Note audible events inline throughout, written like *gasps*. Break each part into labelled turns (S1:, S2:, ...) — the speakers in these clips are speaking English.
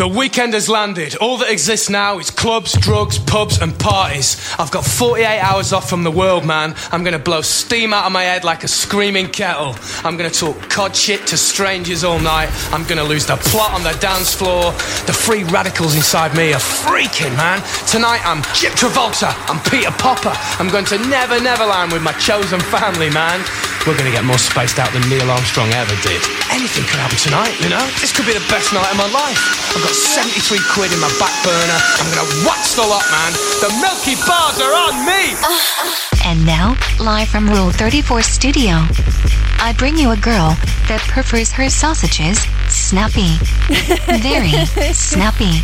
S1: The weekend has landed. All that exists now is clubs, drugs, pubs, and parties. I've got 48 hours off from the world, man. I'm gonna blow steam out of my head like a screaming kettle. I'm gonna talk cod shit to strangers all night. I'm gonna lose the plot on the dance floor. The free radicals inside me are freaking, man. Tonight I'm Chip Travolta. I'm Peter Popper. I'm going to Never Neverland with my chosen family, man. We're gonna get more spaced out than Neil Armstrong ever did. Anything could happen tonight, you know? This could be the best night of my life. I've got 73 quid in my back burner. I'm gonna watch the lot, man. The milky bars are on me!
S2: And now, live from Rule 34 Studio, I bring you a girl that prefers her sausages snappy. Very snappy.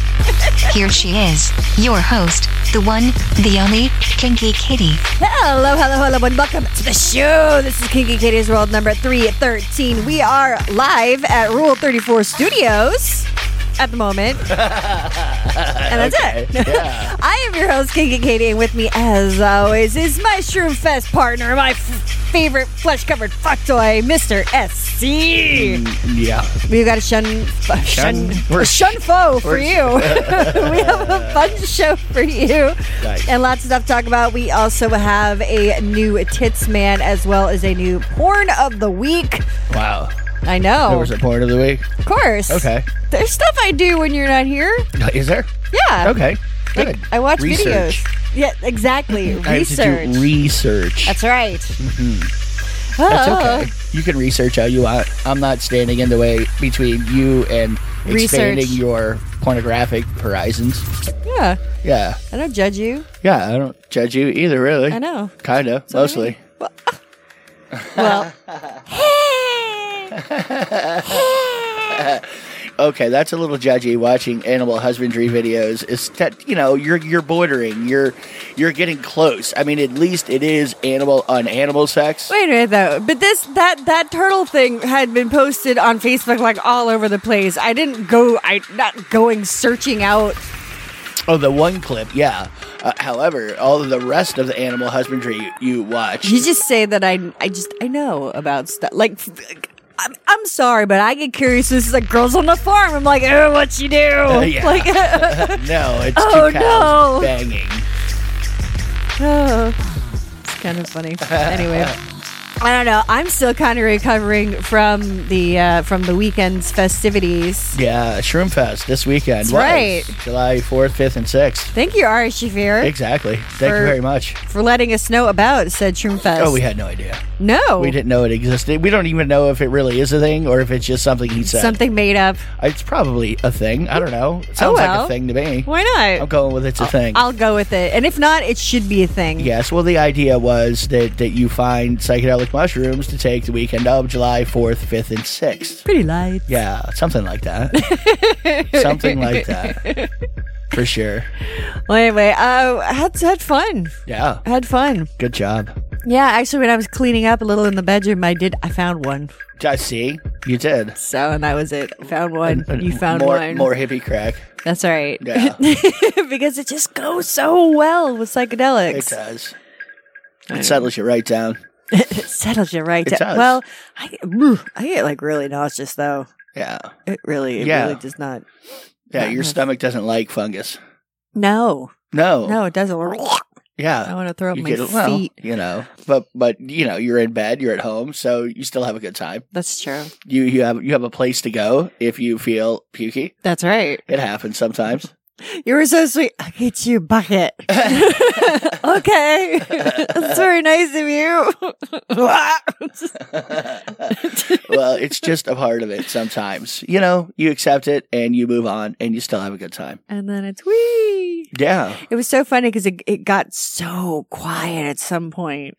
S2: Here she is, your host, the one, the only, Kinky Kitty.
S3: Hello, hello, hello, and welcome to the show. This is Kinky Katie's World number 313. We are live at Rule 34 Studios at the moment. and that's it. *laughs* I am your host, Kinky Katie, and with me, as always, is my Shroom Fest partner, my f- favorite flesh covered fuck toy, Mr. SC.
S4: Yeah.
S3: We've got a shun, f- shun,
S4: Shun-
S3: a
S4: we're-
S3: shun foe for you. we have a fun show for you
S4: Right.
S3: and lots of stuff to talk about. We also have a new tits man as well as a new porn of the week.
S4: Wow.
S3: I
S4: There
S3: know,
S4: was a part of the week.
S3: of course.
S4: Okay.
S3: there's stuff I do when you're not here.
S4: Is there?
S3: Yeah.
S4: Okay. Good.
S3: I watch
S4: Research.
S3: videos. Yeah, exactly.
S4: I have to
S3: Research.
S4: do research.
S3: That's right.
S4: Mm-hmm. That's
S3: Oh.
S4: okay. You can research how you want. I'm not standing in the way between you and expanding
S3: Research.
S4: your pornographic horizons.
S3: Yeah.
S4: Yeah.
S3: I don't judge you.
S4: Yeah. I don't judge you either, really.
S3: I know.
S4: Kinda.
S3: what I
S4: mostly.
S3: mean. Well, ah.
S4: *laughs*
S3: well
S4: Okay, that's a little judgy. Watching animal husbandry videos is that you know you're you're bordering. You're you're getting close. I mean, at least it is animal on animal sex.
S3: Wait a minute though, but this that that turtle thing had been posted on Facebook like all over the place. I didn't go, I not going searching out.
S4: Oh, the one clip, yeah. Uh, however, all of the rest of the animal husbandry you, you watch,
S3: You just say that I I just I know about stuff. Like, f- I'm, I'm sorry, but I get curious. This is like girls on the farm. I'm like, oh, what you do?
S4: Uh, yeah.
S3: *laughs* Like,
S4: no, it's
S3: Oh,
S4: two cows
S3: no.
S4: banging.
S3: oh. it's kind of funny. Anyway. I don't know. I'm still kind of recovering from the uh, from the weekend's festivities.
S4: Yeah, Shroom Fest this weekend.
S3: That's
S4: was
S3: right.
S4: July fourth, fifth, and sixth.
S3: Thank you, Ari Shafir,
S4: Exactly. Thank
S3: For-
S4: you very much.
S3: for letting us know about said Shroomfest.
S4: Oh, we had no idea.
S3: no.
S4: We didn't know it existed. We don't even know if it really is a thing or if it's just something he said.
S3: Something made up.
S4: It's probably a thing. I don't know. It sounds like
S3: well.
S4: a thing to me.
S3: Why not?
S4: I'm going with it's a thing.
S3: I'll go with it. And if not, it should be a thing.
S4: Yes. Well, the idea was that, that you find psychedelic mushrooms to take the weekend of July 4th, 5th, and 6th.
S3: Pretty light.
S4: Yeah, something like
S3: *laughs*
S4: that. something like that. For sure.
S3: Well, anyway, uh, I had, had fun.
S4: Yeah.
S3: I had fun.
S4: Good job.
S3: Yeah, actually, when I was cleaning up a little in the bedroom, I did. I found one.
S4: I see. You did.
S3: So, and that was it. I found one. You found
S4: more,
S3: one.
S4: More hippie crack.
S3: That's all right.
S4: Yeah.
S3: *laughs* because it just goes so well with psychedelics.
S4: It does. It settles you right down.
S3: *laughs* It settles you right.
S4: It
S3: down.
S4: does.
S3: Well, I get, ooh, I get like really nauseous though.
S4: Yeah.
S3: It really, it
S4: Yeah.
S3: really does not.
S4: Yeah. Your stomach doesn't like fungus.
S3: No,
S4: No.
S3: no, it doesn't.
S4: Yeah.
S3: I want to throw up
S4: you
S3: my
S4: get it well,
S3: feet.
S4: you know. But but you know, you're in bed, you're at home, so you still have a good time.
S3: That's true.
S4: You you have you have a place to go if you feel pukey.
S3: That's right.
S4: It happens sometimes.
S3: You were so sweet. I get you a *laughs* bucket. okay. That's very nice of you.
S4: well, it's just a part of it sometimes. You know, you accept it and you move on and you still have a good time.
S3: *laughs* and then it's wee.
S4: Yeah.
S3: It was so funny because it, it got so quiet at some point.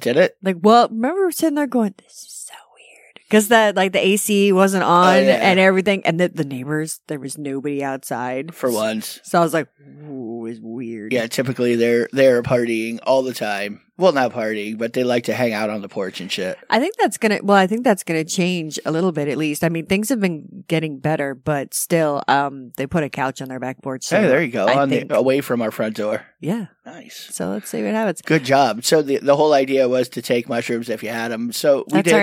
S4: Did it?
S3: Like, well, remember we were sitting there going, this is so weird. because the like the AC wasn't on
S4: Oh, yeah.
S3: and everything, and the, the neighbors there was nobody outside
S4: for once.
S3: So I was like, "Ooh, it's weird."
S4: Yeah, typically they're they're partying all the time. Well, not partying, but they like to hang out on the porch and shit.
S3: I think that's gonna. Well, I think that's gonna change a little bit at least. I mean, things have been getting better, but still, um, they put a couch on their back porch. So
S4: hey, there you go.
S3: I
S4: On
S3: think,
S4: the, away from our front door.
S3: yeah.
S4: Nice.
S3: So let's see what happens.
S4: Good job. So the the whole idea was to take mushrooms if you had them. So we
S3: That's
S4: did,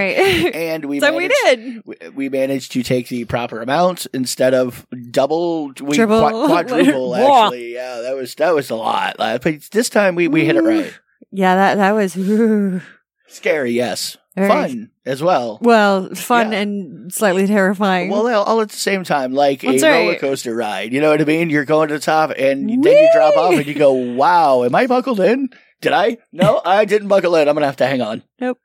S4: *laughs*
S3: right.
S4: and we
S3: *laughs* so
S4: managed,
S3: we did.
S4: we- we managed to take the proper amounts instead of double, we
S3: Triple,
S4: qua-
S3: *laughs*
S4: quadruple.
S3: whatever. Whoa.
S4: actually, yeah, that was that was a lot. Uh, But this time we we hit it right.
S3: Yeah, that that was *laughs*
S4: Scary, yes,
S3: Very-
S4: fun as well.
S3: well fun
S4: Yeah.
S3: and slightly terrifying.
S4: Well, all- all at the same time, like
S3: That's
S4: a
S3: right.
S4: roller coaster ride. You know what I mean? You're going to the top, and then you drop off, and you go, "Wow, am I buckled in? Did I? No,
S3: *laughs*
S4: I didn't buckle in. I'm gonna have to hang on."
S3: Nope.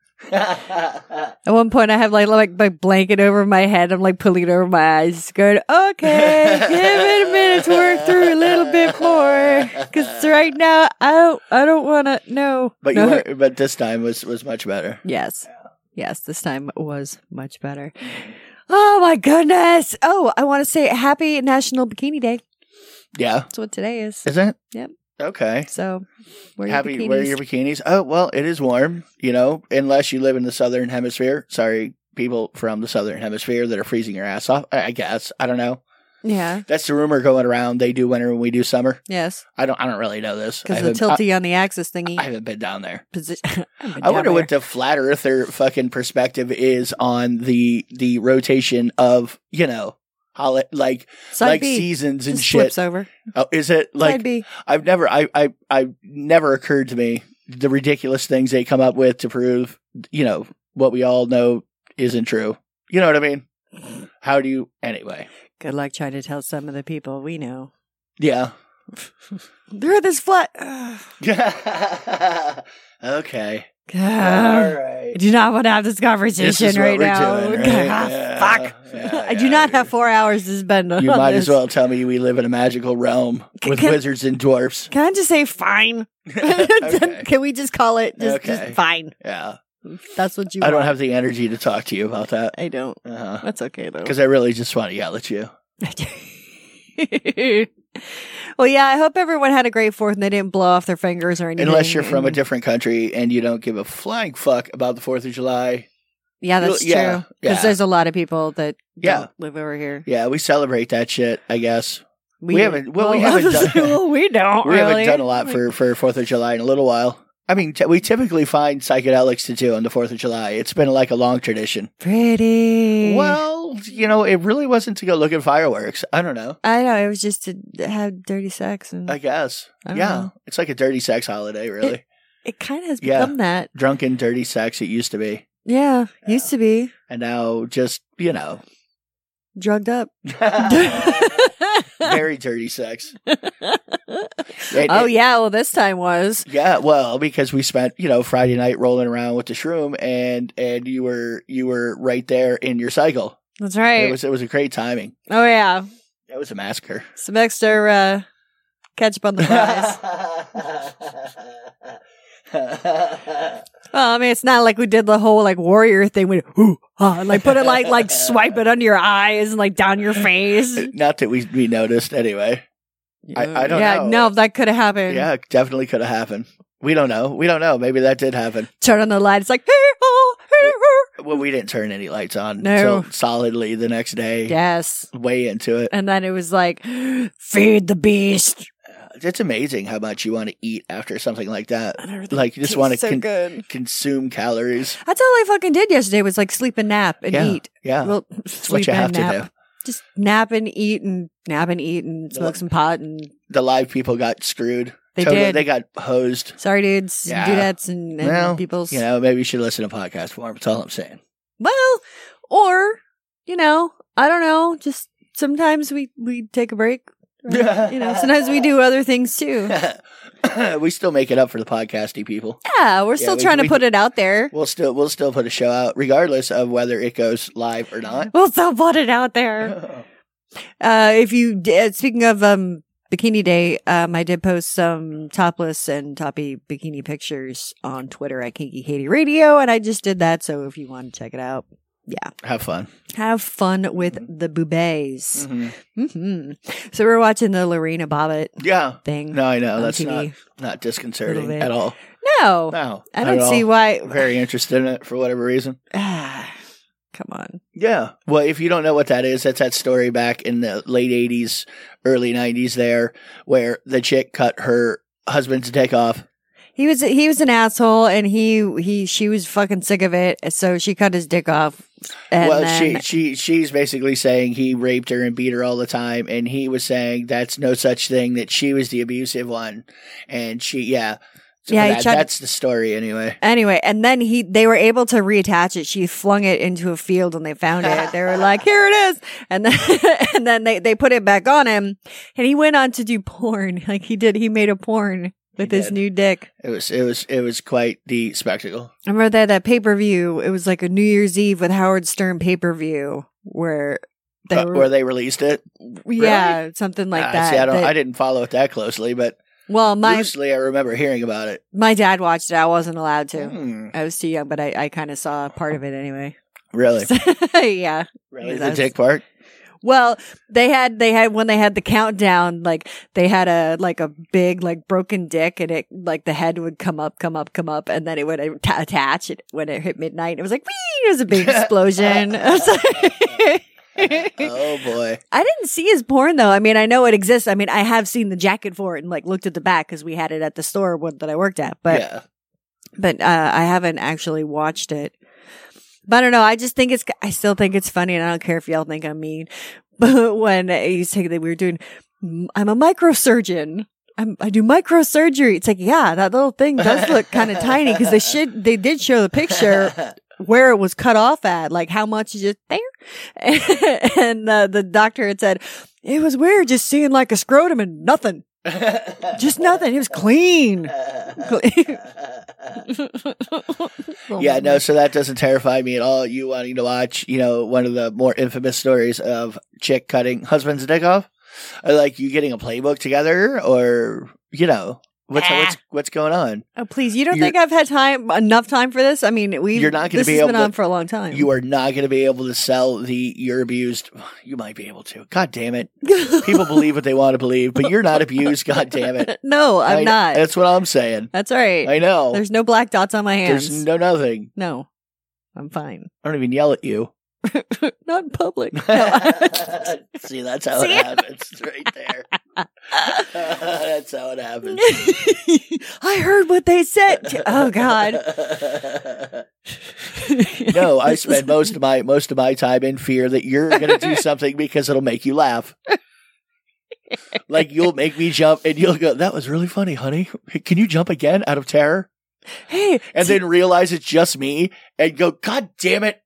S3: At one point, I have like like my blanket over my head. I'm like pulling it over my eyes, going, "Okay, give it a minute to work through a little bit more." Because right now, I don't, I don't want to. No,
S4: *laughs* but you
S3: no.
S4: were, but this time was was much better.
S3: Yes. Yes, this time was much better. Oh my goodness. Oh, I want to say happy National Bikini Day.
S4: Yeah,
S3: That's what today is.
S4: is it?
S3: Yep.
S4: Okay.
S3: So, wear
S4: Happy
S3: your bikinis.
S4: wear your bikinis. Oh well, it is warm, you know, unless you live in the southern hemisphere. Sorry, people from the southern hemisphere that are freezing your ass off. I I guess I don't know.
S3: yeah.
S4: That's the rumor going around. They do winter and we do summer.
S3: Yes.
S4: I don't. I don't really know this. I
S3: Because the
S4: haven't- I-
S3: tilty on the axis thingy
S4: I haven't been down there.
S3: *laughs* position.
S4: I wonder what the flat earther fucking perspective is on the the rotation of you know, holi- like
S3: Side
S4: like
S3: B.
S4: seasons and
S3: Just
S4: shit.
S3: Flips over.
S4: Oh, is it
S3: Side
S4: like
S3: B.
S4: I've never I I I never occurred to me the ridiculous things they come up with to prove you know what we all know isn't true. You know what I mean? How do you anyway?
S3: Good luck trying to tell some of the people we know.
S4: Yeah.
S3: They're this *sighs* flat.
S4: okay. all
S3: God.
S4: right.
S3: I do not want to have Uh, this conversation
S4: This is what
S3: right
S4: we're
S3: now. *laughs*
S4: doing, right?
S3: God,
S4: Yeah.
S3: Fuck.
S4: Yeah,
S3: I do
S4: yeah,
S3: not
S4: you're-
S3: have four hours to spend on
S4: You might
S3: this.
S4: as well tell me we live in a magical realm with
S3: Can-
S4: wizards and
S3: *laughs*
S4: dwarfs.
S3: Can I just say fine? *laughs*
S4: *laughs* Okay.
S3: Can we just call it just,
S4: Okay.
S3: just fine?
S4: Yeah.
S3: That's what you.
S4: I don't
S3: want.
S4: have the energy to talk to you about that.
S3: I don't.
S4: Because
S3: That's okay though.
S4: I really just want to yell at you.
S3: *laughs* well, yeah. I hope everyone had a great Fourth and they didn't blow off their fingers or anything.
S4: Unless you're from a
S3: and-
S4: different country and you don't give a flying fuck about the 4th of July.
S3: yeah, that's true.
S4: Yeah,
S3: Because
S4: yeah.
S3: there's a lot of people that
S4: Yeah.
S3: don't live over here.
S4: Yeah, we celebrate that shit, I guess. We
S3: do.
S4: haven't- well, we
S3: *laughs*
S4: haven't done-
S3: well, we don't.
S4: *laughs* We
S3: Oh, really.
S4: haven't done a lot for, for 4th of July in a little while. I mean, t- we typically find psychedelics to do on the 4th of July. It's been like a long tradition.
S3: pretty.
S4: Well, you know, it really wasn't to go look at fireworks. I don't know.
S3: I know it was just to have dirty sex, and
S4: I guess.
S3: Mm. I don't
S4: yeah.
S3: know.
S4: It's like a dirty sex holiday, really.
S3: it kind of has
S4: Yeah.
S3: become that.
S4: Drunken, dirty sex it used to be.
S3: Yeah, used to be
S4: And now just, you
S3: *laughs*
S4: know, *laughs*
S3: drugged up.
S4: Oh, very dirty
S3: *laughs*
S4: sex. And-
S3: oh yeah, well this time was.
S4: Yeah, well, because we spent, you know, Friday night rolling around with the shroom and and you were you were right there in your cycle.
S3: That's right.
S4: It was it was a great timing.
S3: oh yeah.
S4: That was a massacre.
S3: Some extra uh catch up on the
S4: *laughs*
S3: fries. well, I mean it's not like we did the whole like warrior thing we ooh ah, like put it like
S4: *laughs*
S3: like swipe it under your eyes and like down your face.
S4: Not that we we noticed anyway. I- I don't
S3: yeah,
S4: know.
S3: no, that could have happened.
S4: Yeah, definitely could have happened. We don't know. We don't know. Maybe that did happen.
S3: Turn on the light, it's like "Hee-haw, hee-haw."
S4: Well, we didn't turn any lights on
S3: No.
S4: till solidly the next day.
S3: Yes.
S4: Way into it.
S3: And then it was like feed the beast.
S4: It's amazing how much you want to eat after something like that.
S3: And everything
S4: Like you just
S3: tastes
S4: want to
S3: so
S4: con-
S3: good.
S4: consume calories.
S3: That's all I fucking did yesterday was like sleep and nap and
S4: yeah,
S3: eat.
S4: yeah.
S3: Well,
S4: what
S3: sleep
S4: you have
S3: and
S4: to
S3: nap.
S4: do.
S3: Just nap and eat and nap and eat and smoke some pot and
S4: The live people got screwed.
S3: They did.
S4: They got hosed.
S3: sorry dudes,
S4: Yeah.
S3: and dudettes and, and
S4: Well,
S3: people's
S4: You know, maybe you should listen to podcast form. That's all I'm saying. *coughs*
S3: well, or you know, I don't know. Just sometimes we we take a break. or, you know, sometimes
S4: *laughs*
S3: we do other things too.
S4: we still make it up for the podcasty people.
S3: Yeah, we're still
S4: we-
S3: trying
S4: we
S3: to put it out there.
S4: We'll still we'll still put a show out regardless of whether it goes live or
S3: *laughs*
S4: not.
S3: We'll still put it out there. Uh, if you did, speaking of um, Bikini Day, um, I did post some topless and toppy bikini pictures on Twitter at Kinky Katie Radio, and I just did that. So if you want to check it out, yeah.
S4: Have fun.
S3: Have fun with
S4: Mm-hmm.
S3: the boobays.
S4: Mm.
S3: hmm So we're watching the Lorena Bobbitt
S4: Yeah.
S3: thing.
S4: No, I know
S3: on
S4: that's
S3: TV.
S4: not not disconcerting
S3: Little bit.
S4: at all.
S3: No.
S4: No,
S3: I
S4: not
S3: don't
S4: at
S3: see
S4: all.
S3: why.
S4: Very interested in it for whatever reason.
S3: Ah, *sighs* come on.
S4: Yeah. Well, if you don't know what that is, that's that story back in the late '80s, early '90s, there where the chick cut her husband's dick off.
S3: He was he was an asshole, and he he she was fucking sick of it, so she cut his dick off. And
S4: well, she
S3: then,
S4: she she's basically saying he raped her and beat her all the time, and he was saying that's no such thing. That she was the abusive one, and she yeah. So
S3: Yeah, he
S4: that-
S3: tried-
S4: that's the story anyway.
S3: Anyway, and then he they were able to reattach it. She flung it into a field and they found it. They were like, "Here it is." And then *laughs* and then they they put it back on him and he went on to do porn. *laughs* Like he did he made a porn with
S4: He
S3: his
S4: did.
S3: new dick.
S4: It was it was it was quite the spectacle.
S3: I remember that that pay-per-view. It was like a New Year's Eve with Howard Stern pay-per-view where they
S4: Uh,
S3: were
S4: where they released it.
S3: yeah, something like
S4: Ah,
S3: that.
S4: See, I, don't,
S3: That-
S4: I didn't follow it that closely, but
S3: well, my
S4: loosely I remember hearing about it.
S3: my dad watched it. I wasn't allowed to.
S4: Hmm,
S3: I was too young, but I, I kind of saw part of it anyway.
S4: really,
S3: *laughs* yeah.
S4: really the
S3: That's-
S4: dick part.
S3: Well, they had they had when they had the countdown, like they had a like a big like broken dick, and it like the head would come up, come up, come up, and then it would atta- attach. It when it hit midnight, it was like Wee! it was a big explosion. *laughs* I was like- *laughs*
S4: Oh boy,
S3: I didn't see his porn though. I mean, I know it exists. I mean, I have seen the jacket for it and like looked at the back because we had it at the store one that I worked at, but
S4: yeah,
S3: but uh, I haven't actually watched it. But I don't know. I just think it's. I still think it's funny, and I don't care if y'all think I'm mean. *laughs* But when he's taking that, we were doing. I'm a microsurgeon. I'm, I do microsurgery. It's like, yeah, that little thing does look kind of tiny because they should. They did show the picture where it was cut off at, like how much is it there? *laughs* and uh, the doctor had said it was weird just seeing like a scrotum and nothing, just nothing. It was clean. *laughs* Clean.
S4: yeah, no. So that doesn't terrify me at all. You wanting to watch, you know, one of the more infamous stories of chick cutting husband's dick off, or like you getting a playbook together, or you know, what's
S3: Ah.
S4: what's what's going on?
S3: Oh please! You don't
S4: You're-
S3: think I've had time enough time for this? I mean, we
S4: You're not gonna
S3: this
S4: be
S3: has
S4: able
S3: been
S4: to-
S3: on for a long time.
S4: You are not going to be able to sell the you're abused. *sighs* You might be able to. God damn it.
S3: *laughs*
S4: People believe what they want to believe, but you're not abused. God damn it.
S3: no, I'm
S4: I-
S3: not.
S4: That's what I'm saying.
S3: That's all right.
S4: I know.
S3: There's no black dots on my hands.
S4: There's no nothing.
S3: no, I'm fine.
S4: I don't even yell at you.
S3: not
S4: *laughs*
S3: in public. No, *laughs* I-
S4: See, that's how
S3: See?
S4: it happens right there. *laughs* that's how it happens.
S3: I heard what they said. *laughs* Oh God.
S4: *laughs* no,
S3: *laughs*
S4: I spend most of my most of my time in fear that you're going
S3: *laughs*
S4: to do something because it'll make you laugh. Like you'll make me jump and you'll go, "That was really funny, honey. Can you jump again out of terror?"
S3: Hey,
S4: And then realize it's just me and go, "God damn it."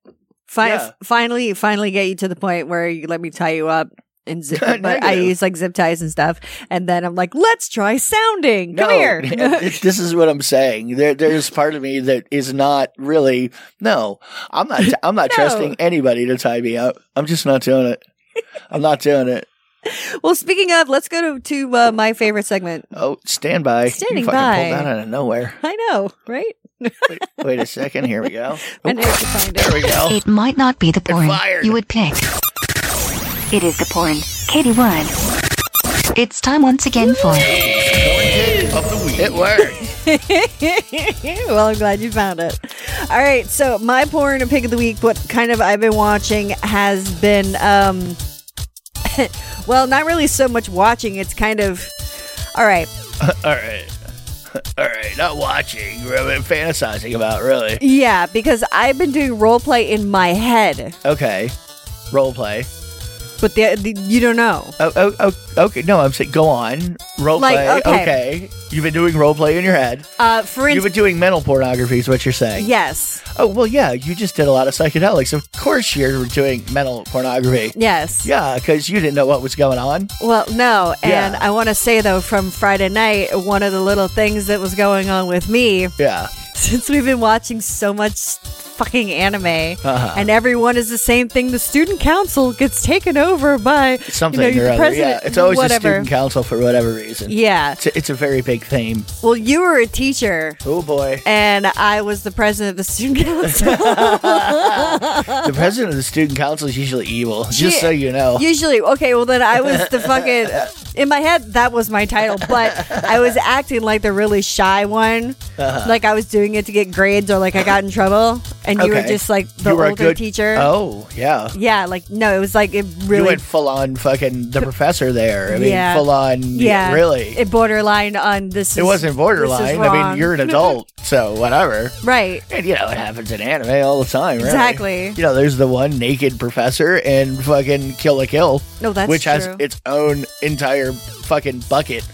S3: Fi-
S4: Yeah.
S3: Finally, finally get you to the point where you let me tie you up
S4: *laughs*
S3: and zip,
S4: God,
S3: but I
S4: negative.
S3: use like zip ties and stuff. And then I'm like, let's try sounding. Come
S4: No, *laughs*
S3: here. *laughs*
S4: th- this is what I'm saying. There, there's part of me that is not really. No, I'm not. I'm not
S3: *laughs* No.
S4: trusting anybody to tie me up. I'm just not doing it. I'm not doing it.
S3: well, speaking of, let's go to, to uh, my favorite segment.
S4: Oh, stand by.
S3: Standing
S4: you fucking
S3: by.
S4: Pulled that out of nowhere.
S3: I know, right?
S4: Wait, wait a second. Here we *laughs* go.
S3: I know you can find
S4: There
S3: it. *laughs*
S4: we go.
S2: It might not be the porn
S4: fired.
S2: you would pick. It is the porn. Katie won. It's time once again for
S4: It worked.
S3: well, I'm glad you found it. All right, so my porn pick of the week, what kind of I've been watching has been, um, *laughs* well, not really so much watching. It's kind of, all right,
S4: *laughs* All right. All right. Not watching. Really fantasizing about. Really.
S3: yeah, because I've been doing role play in my head,
S4: Okay. Role play.
S3: but the, the you don't know.
S4: Oh, oh, oh, okay. No, I'm saying go on. Role
S3: Like,
S4: play.
S3: okay.
S4: okay. You've been doing role play in your head.
S3: Uh, for
S4: You've been
S3: instance,
S4: doing mental pornography, is what you're saying.
S3: yes,
S4: Oh, well, yeah, you just did a lot of psychedelics. Of course, you're doing mental pornography.
S3: yes,
S4: Yeah, because you didn't know what was going on.
S3: Well, no, and
S4: Yeah.
S3: I want to say though, from Friday night, one of the little things that was going on with me *laughs*
S4: Yeah.
S3: since we've been watching so much fucking anime,
S4: Uh-huh.
S3: and everyone is the same thing, the student council gets taken over by
S4: Something
S3: you know,
S4: or
S3: the
S4: other.
S3: president.
S4: Yeah, it's always
S3: whatever.
S4: the student council for whatever reason.
S3: Yeah.
S4: It's a, it's a very big theme.
S3: Well, you were a teacher,
S4: Oh boy.
S3: and I was the president of the *laughs* student council. *laughs*
S4: The president of the student council is usually evil, just
S3: She-
S4: so you know.
S3: *laughs* Usually, okay, well, then I was the fucking. In my head, that was my title, but I was acting like the really shy one.
S4: Uh-huh.
S3: Like I was doing it to get grades or like I got in trouble. And you were
S4: Okay.
S3: just like the
S4: You were a
S3: older
S4: good-
S3: teacher.
S4: Oh, yeah.
S3: Yeah, like, no, it was like it
S4: You
S3: really.
S4: went full on fucking the professor there. I mean,
S3: Yeah.
S4: full on.
S3: yeah,
S4: Really.
S3: It borderline on this.
S4: it
S3: is-
S4: wasn't
S3: This
S4: borderline.
S3: is
S4: I
S3: wrong.
S4: mean, you're an adult,
S3: *laughs*
S4: so whatever.
S3: Right.
S4: And you know, it happens in anime all the time, really.
S3: Exactly.
S4: You know, there's the one naked professor in fucking Kill a Kill.
S3: No, that's
S4: Which has
S3: true.
S4: its own entire fucking bucket,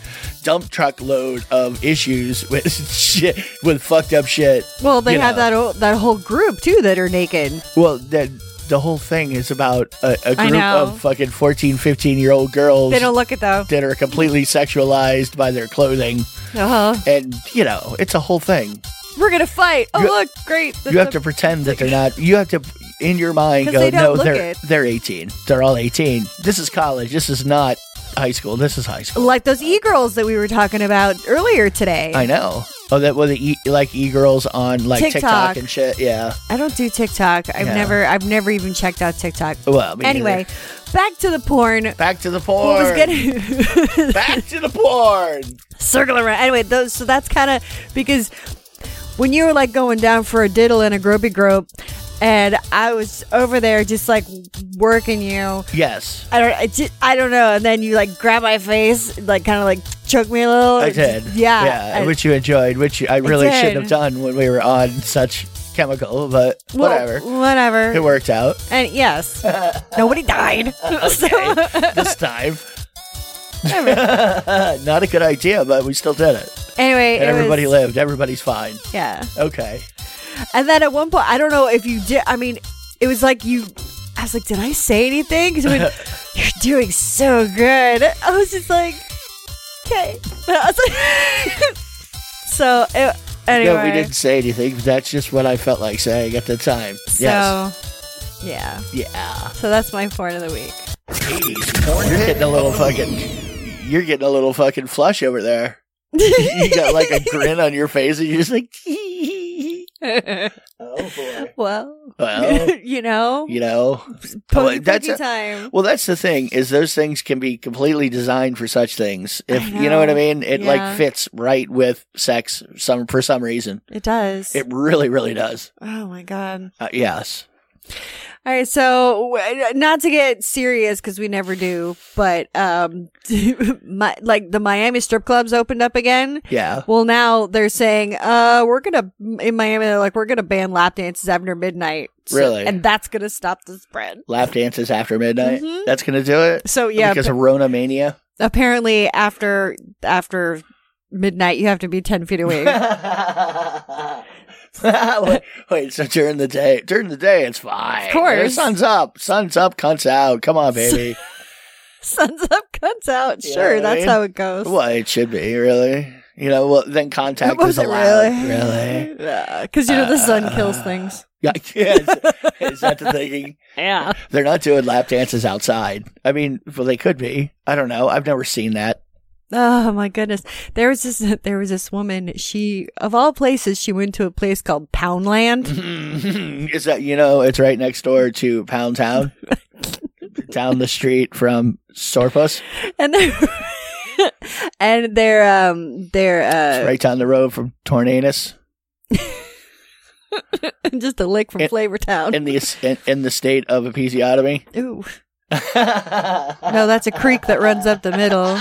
S4: dump truck load of issues *laughs* with shit, with fucked up shit.
S3: Well, they
S4: you
S3: have
S4: know.
S3: that o- that whole group too that are naked.
S4: Well, that the whole thing is about a, a
S3: I
S4: group
S3: know.
S4: of fucking 14, 15 year old girls
S3: They don't look it though.
S4: that are completely sexualized by their clothing.
S3: Uh-huh.
S4: And, you know, it's a whole thing.
S3: We're gonna fight. Oh
S4: You-
S3: look, great.
S4: you have to pretend that they're not. You have to, in your mind,
S3: 'Cause
S4: go,
S3: they don't
S4: no,
S3: look
S4: they're
S3: it."
S4: they're 18. They're all 18. This is college. This is not high school. This is high school.
S3: like those e girls that we were talking about earlier today.
S4: I know. Oh, that was the e, like e girls on like TikTok.
S3: TikTok.
S4: and shit. Yeah.
S3: I don't do TikTok. I've
S4: Yeah.
S3: never I've never even checked out TikTok.
S4: Well, me
S3: anyway,
S4: neither.
S3: back to the porn.
S4: back to the
S3: What
S4: porn.
S3: was getting
S4: back to the porn.
S3: *laughs* circle around. Anyway, those so that's kind of because when you were like going down for a diddle and a gropey grope, and I was over there just like working you.
S4: Yes,
S3: I don't. I, just, I don't know. And then you like grab my face, like kind of like choke me a little.
S4: I did.
S3: Yeah.
S4: yeah,
S3: I-
S4: which you enjoyed, which I really
S3: did.
S4: shouldn't have done when we were on such chemical, but
S3: well,
S4: whatever.
S3: Whatever.
S4: It worked
S3: *laughs*
S4: out
S3: And
S4: *laughs*
S3: yes, nobody died. *laughs* So-
S4: this time. *laughs* Not a good idea, but we still did it.
S3: anyway,
S4: And
S3: *laughs* it was-
S4: everybody lived. Everybody's fine.
S3: Yeah.
S4: Okay.
S3: And then at one point, I don't know if you did. I mean, it was like you. I was like, did I say anything?
S4: *laughs*
S3: 'Cause I went, you're doing so good. I was just like, okay. *laughs* I was like, so it, anyway.
S4: No, we didn't say anything. But that's just what I felt like saying at the time.
S3: So
S4: Yes.
S3: yeah.
S4: Yeah.
S3: So that's my porn of the
S4: *laughs*
S3: week.
S4: You're getting a little fucking. You're getting a little fucking flush over there. you got like a grin on your face, and you're just like, *laughs* oh boy.
S3: well,
S4: Well,
S3: *laughs* you know,
S4: you know,
S3: pokey,
S4: Oh. well, that's
S3: pokey
S4: a-
S3: time.
S4: Well, that's the thing is those things can be completely designed for such things. If
S3: I
S4: you know what I
S3: know.
S4: mean, it
S3: Yeah.
S4: like fits right with sex some for some reason.
S3: It does.
S4: It really, really does.
S3: oh my god!
S4: Uh, yes.
S3: All right, so w- not to get serious because we never do, but um, *laughs* my, like the Miami strip clubs opened up again.
S4: Yeah.
S3: Well, now they're saying, uh, we're gonna in Miami. They're like, we're gonna ban lap dances after midnight. So-
S4: Really?
S3: and that's gonna stop the spread.
S4: Lap dances after midnight.
S3: Mhm.
S4: That's gonna do it.
S3: So yeah,
S4: Because
S3: but
S4: of Rona mania. *laughs*
S3: apparently after after midnight, you have to be ten feet away.
S4: *laughs*
S3: *laughs*
S4: wait, wait, so during the day, during the day, it's fine.
S3: Of course.
S4: The sun's up, sun's up, cunts out. Come on, baby.
S3: Sun's up, cuts out.
S4: Yeah,
S3: Sure, that's
S4: right?
S3: how it goes.
S4: well, it should be really. You know, well, then
S3: What
S4: contact
S3: was
S4: is
S3: *laughs* it
S4: allowed.
S3: really? *laughs*
S4: Really? Uh,
S3: Because you know the sun kills things.
S4: Yeah, *laughs* is, is that the thinking?
S3: Yeah.
S4: They're not doing lap dances outside. I mean, well, they could be. I don't know. I've never seen that.
S3: Oh my goodness. There was this *laughs* there was this woman, she of all places, she went to a place called Poundland.
S4: is that you know? It's right next door to Pound
S3: *laughs*
S4: Town, down the street from Sorpus,
S3: *laughs* And they and their um their uh
S4: right down the road from Tornadus.
S3: *laughs* just a lick from
S4: It-
S3: Flavor Town.
S4: in the in, in the state of
S3: *laughs*
S4: episiotomy. *laughs*
S3: Ooh. No, that's a creek that runs up the middle.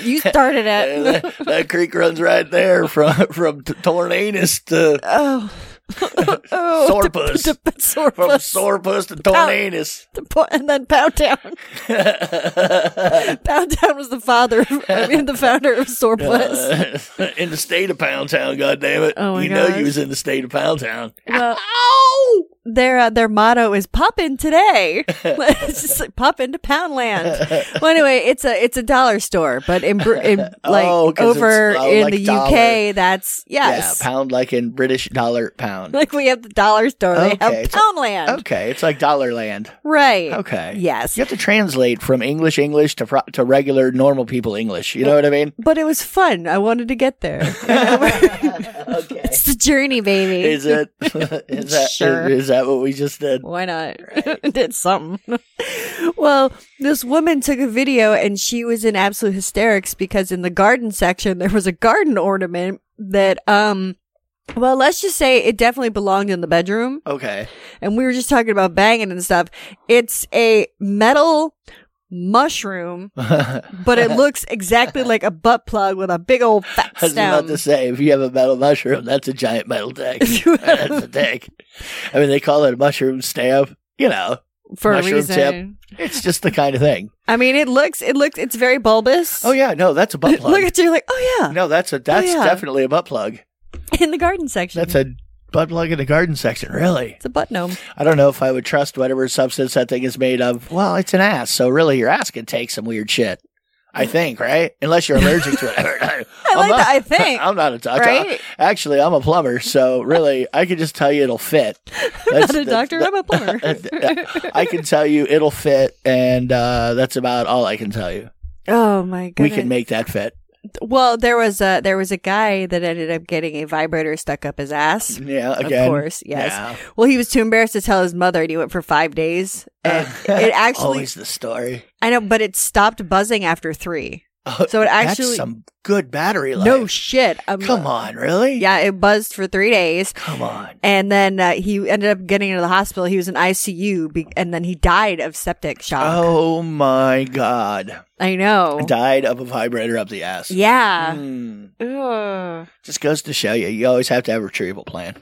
S3: you started
S4: And *laughs*
S3: it.
S4: that, that creek runs right there from from t- Tornadus to
S3: Oh. *laughs* oh.
S4: Sorpus.
S3: to- to- Sorpus. *laughs*
S4: from Sorpus to *laughs* Tornadus.
S3: to po- and then
S4: *laughs*
S3: Pound Town. Pound Town was the father. Of, I mean, the founder of Sorpus.
S4: Uh, in the state of Pound Town, goddammit.
S3: Oh my
S4: you know
S3: gosh.
S4: you was in the state of Pound Town.
S3: Well-
S4: Ow!
S3: their uh, their motto is "Pop
S4: *laughs*
S3: in today." *laughs* it's just like, pop into Poundland. well, anyway, it's a it's a dollar store, but in, Br- in like
S4: *laughs* Oh, 'cause
S3: over
S4: it's, oh,
S3: in
S4: like
S3: the
S4: dollar.
S3: UK, that's yes.
S4: Yeah, pound like in British dollar pound.
S3: *laughs* like we have the dollar store, they
S4: Okay,
S3: have
S4: it's a-
S3: Poundland,
S4: Okay, it's like Dollarland.
S3: right?
S4: Okay.
S3: Yes.
S4: You have to translate from English English to pro- to regular normal people English. You know what I mean?
S3: But it was fun. I wanted to get there. *laughs* you know?
S4: *laughs* Okay.
S3: it's the journey, baby.
S4: Is
S3: *laughs*
S4: it? *laughs* Is that?
S3: Sure.
S4: Is that what we just did? *laughs*
S3: Why not? *laughs* Did something. well, this woman took a video and she was in absolute hysterics because in the garden section there was a garden ornament that um well, let's just say it definitely belonged in the bedroom
S4: Okay. *laughs*
S3: and we were just talking about banging and stuff. It's a metal
S4: *laughs*
S3: mushroom,
S4: I
S3: but it looks exactly like a butt plug with a big old fat
S4: was about
S3: stem.
S4: to say, if you have a metal mushroom, that's a giant metal
S3: *laughs*
S4: dick.
S3: If you have-
S4: that's a dick. I mean, they call it a mushroom stamp. You know,
S3: for a
S4: mushroom
S3: reason.
S4: it's just the kind of thing.
S3: I mean, it looks it looks it's very bulbous.
S4: Oh yeah, no, that's a butt plug.
S3: *laughs* Look at you like, "Oh yeah."
S4: no, that's a that's
S3: yeah.
S4: definitely a butt plug.
S3: in the garden section.
S4: That's a butt plug in the garden section. Really,
S3: It's a butt gnome.
S4: I don't know if I would trust whatever substance that thing is made of. Well, it's an ass, so really your ass can take some weird shit. I think, right? Unless you're allergic
S3: *laughs*
S4: to it. *laughs* I
S3: like that, I think,
S4: *laughs* I'm not a doctor.
S3: right?
S4: Actually, I'm a plumber, so really, I can just tell you it'll fit.
S3: *laughs* I'm
S4: *laughs* That's-
S3: not a doctor. I'm a plumber.
S4: I can tell you it'll fit, and uh, that's about all I can tell you.
S3: *laughs* oh my god.
S4: We can make that fit.
S3: well, there was a there was a guy that ended up getting a vibrator stuck up his ass.
S4: Yeah, again.
S3: Of course, yes.
S4: Yeah.
S3: Well, he was too embarrassed to tell his mother, and he went for five days. And
S4: *laughs*
S3: it actually,
S4: Uh, Always the story.
S3: I know, but it stopped buzzing after three.
S4: Oh,
S3: So it
S4: *laughs* That's
S3: actually-
S4: some good battery life.
S3: No shit. Um,
S4: Come on, really?
S3: Yeah, it buzzed for three days.
S4: Come on.
S3: And then uh, he ended up getting into the hospital. He was in ICU, be- and then he died of septic shock.
S4: Oh my god.
S3: I know.
S4: Died of a vibrator up the ass.
S3: Oh. yeah.
S4: Hmm.
S3: Ugh.
S4: Just goes to show you, you always have to have a retrieval plan.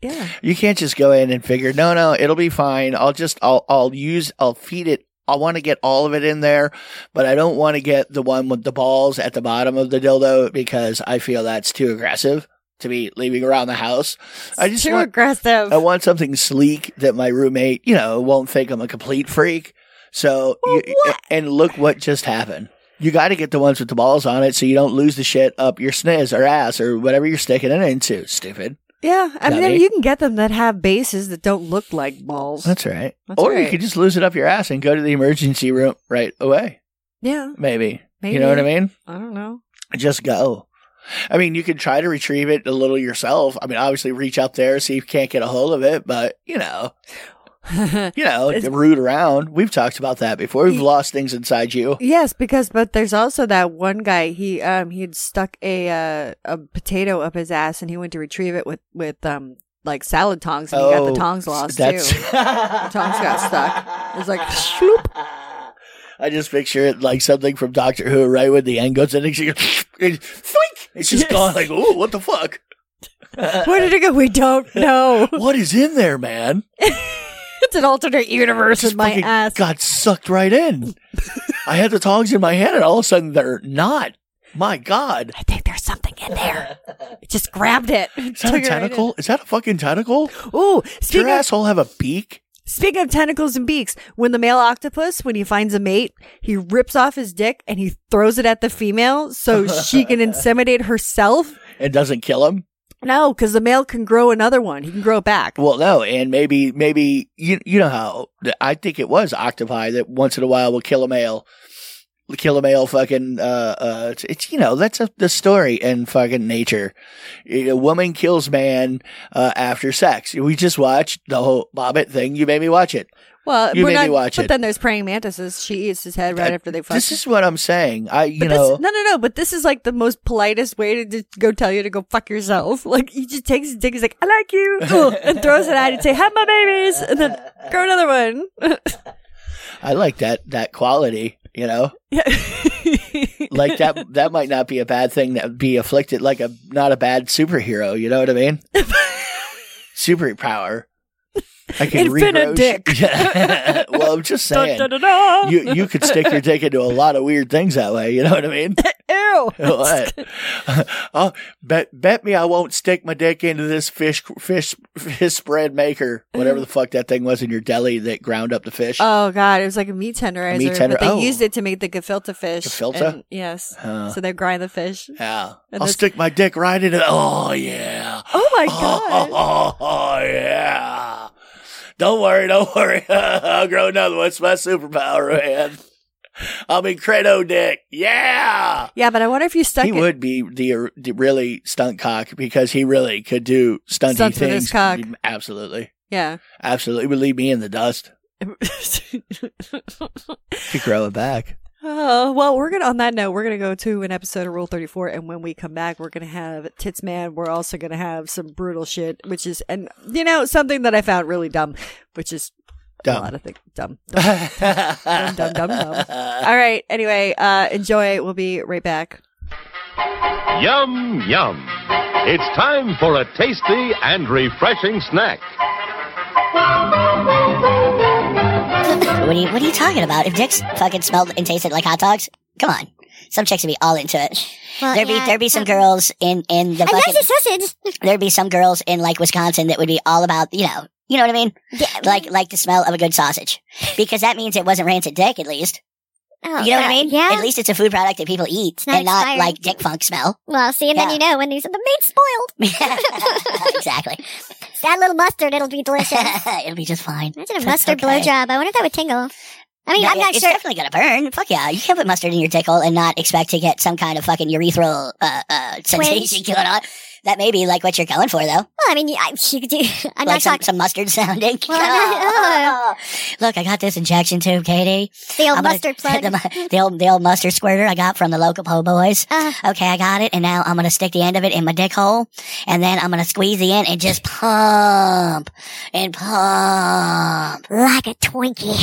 S3: Yeah.
S4: You can't just go in and figure, no, no, it'll be fine. I'll just, I'll, I'll use, I'll feed it. I want to get all of it in there, but I don't want to get the one with the balls at the bottom of the dildo because I feel that's too aggressive to be leaving around the house. I just
S3: too
S4: want,
S3: aggressive.
S4: I want something sleek that my roommate, you know, won't think I'm a complete freak. So,
S3: Well,
S4: you,
S3: what?
S4: and look what just happened. You got to get the ones with the balls on it so you don't lose the shit up your sniz or ass or whatever you're sticking it into. Stupid.
S3: yeah, I mean,
S4: Dummy.
S3: you can get them that have bases that don't look like balls.
S4: That's right.
S3: That's
S4: or you
S3: right.
S4: could just lose it up your ass and go to the emergency room right away.
S3: yeah,
S4: Maybe.
S3: maybe.
S4: You know what I mean?
S3: I don't know. *laughs*
S4: Just go. I mean, you could try to retrieve it a little yourself. I mean, obviously, reach up there, see if you can't get a hold of it, but you know, you know,
S3: It's-
S4: to root around. We've talked about that before. We've lost things inside you.
S3: yes, because but there's also that one guy. He um he had stuck a uh, a potato up his ass, and he went to retrieve it with with um like salad tongs, and he got
S4: Oh,
S3: the
S4: *laughs*
S3: tongs lost too. The tongs got stuck. It was like shloop.
S4: I just picture it like something from Doctor Who, right? When the end goes in, and she goes, *laughs* and thwink! It's just
S3: Yes.
S4: gone. Like, oh, what the fuck?
S3: Where did it go? We don't know. *laughs*
S4: What is in there, man?
S3: it's an alternate universe
S4: Just
S3: in my
S4: fucking
S3: ass.
S4: got sucked right
S3: *laughs*
S4: in. I had the tongs in my hand, and all of a sudden they're not. My God,
S3: I think there's something in there. It just grabbed it. *laughs*
S4: is that a tentacle? is that a fucking tentacle?
S3: Ooh,
S4: Does your
S3: speaking of
S4: asshole have a beak?
S3: Speaking of tentacles and beaks, when the male octopus, when he finds a mate, he rips off his dick and he throws it at the
S4: *laughs*
S3: female so she can inseminate herself.
S4: It doesn't kill him.
S3: No, because the male can grow another one. He can grow it back.
S4: Well, no, and maybe maybe you you know how I think it was octopi that once in a while will kill a male, kill a male fucking uh uh it's, it's you know that's a, the story in fucking nature, a woman kills man uh, after sex. We just watched the whole Bobbit thing. You made me watch it.
S3: Well,
S4: You
S3: we're
S4: made me
S3: not-
S4: watch
S3: But
S4: it. Uh,
S3: then there's praying mantises. She eats his head right after they fuck.
S4: This is what I'm saying. I you
S3: but
S4: know
S3: this, no, no, no. But this is like the most politest way to just go tell you to go fuck yourself. *laughs* Like he just takes his dick. He's like, "I like
S4: *laughs*
S3: you," ugh, and throws it at you. and Say, "Have my babies," and then grow another one. *laughs*
S4: I like that that quality. You know,
S3: yeah.
S4: like
S3: *laughs*
S4: that that might not be a bad thing that be afflicted like a not a bad superhero you know what i
S3: *laughs*
S4: mean superpower i can regrow
S3: Infinidick.
S4: sh- *laughs* Yeah. well i'm just saying
S3: Dun, dun, dun, dun. *laughs*
S4: you you could stick your dick into a lot of weird things that way you know what i mean
S3: true.
S4: *laughs* What? oh, bet bet me I won't stick my dick into this fish fish fish spread maker, whatever the fuck that thing was in your deli that ground up the fish.
S3: Oh god, it was like a meat tenderizer,
S4: Meat tender-
S3: but they
S4: oh.
S3: used it to make the gefilte fish.
S4: Gefilte?
S3: and- yes.
S4: Huh.
S3: So they grind the fish.
S4: yeah,
S3: And
S4: I'll
S3: this-
S4: stick my dick right in it. Oh yeah.
S3: Oh
S4: *laughs*
S3: my
S4: Oh,
S3: god.
S4: oh, oh, yeah. Don't worry, don't worry. *laughs* I'll grow another one. It's my superpower, man. I'll be Credo Dick. Yeah.
S3: Yeah, but I wonder if you stuck
S4: he
S3: it.
S4: would be the, the really stunt cock because he really could do stunty
S3: Stunts with
S4: things.
S3: his cock.
S4: Absolutely.
S3: Yeah. *laughs*
S4: Absolutely. It would leave me in the dust. Could grow it
S3: *laughs*
S4: back.
S3: Oh, well, we're going to, on that note, we're going to go to an episode of Rule 34. And when we come back, we're going to have Tits Man. We're also going to have some brutal shit, which is, and you know, something that I found really dumb, which is a lot
S4: Dumb.
S3: of things. Dumb. dumb. Dumb, dumb, dumb, dumb. All right. Anyway, uh, enjoy. We'll be right back.
S5: Yum, yum. It's time for a tasty and refreshing snack.
S6: What are you What are you talking about? If dicks fucking smelled and tasted like hot dogs, come on. Some chicks would be all into it.
S7: Well,
S6: there'd
S7: yeah.
S6: be there'd be some girls in in the
S7: I
S6: fucking
S7: love the sausage.
S6: there'd be some girls in like Wisconsin that would be all about you know you know what I mean
S7: Yeah,
S6: like like the smell of a good sausage because that means it wasn't rancid dick at least
S7: oh,
S6: you know what I
S7: uh,
S6: mean
S7: Yeah.
S6: at least it's a food product that people eat
S7: not
S6: and not
S7: expired.
S6: like dick funk
S7: *laughs*
S6: smell *laughs*
S7: well, see, and then
S6: Yeah.
S7: you know when these are the meat spoiled.
S6: exactly *laughs*
S7: Add a little mustard, it'll be delicious.
S6: it'll be just fine
S7: Imagine a
S6: That's
S7: mustard
S6: okay.
S7: blowjob. I wonder if that would tingle. I mean,
S6: No,
S7: I'm
S6: it-
S7: not
S6: it's
S7: sure.
S6: definitely gonna burn. Fuck yeah, you can't put mustard in your dick hole and not expect to get some kind of fucking urethral uh, uh, sensation *laughs* going on. That may be like what you're going for though,
S7: Well, I mean, you, I, you could do. *laughs*
S6: like
S7: I'm not
S6: some,
S7: talking
S6: some mustard sounding.
S7: *laughs* Well, I'm *laughs* not- uh.
S6: *laughs* Look, I got this injection tube, Katie.
S7: the
S6: *laughs*
S7: old
S6: I'm gonna-
S7: mustard plug.
S6: the, mu- the old the old mustard squirter I got from the local po' boys.
S7: *laughs* Uh,
S6: Okay, I got it, and now I'm gonna stick the end of it in my dick hole, and then I'm gonna squeeze the end and just pump and pump.
S7: like
S6: *laughs*
S7: a Twinkie.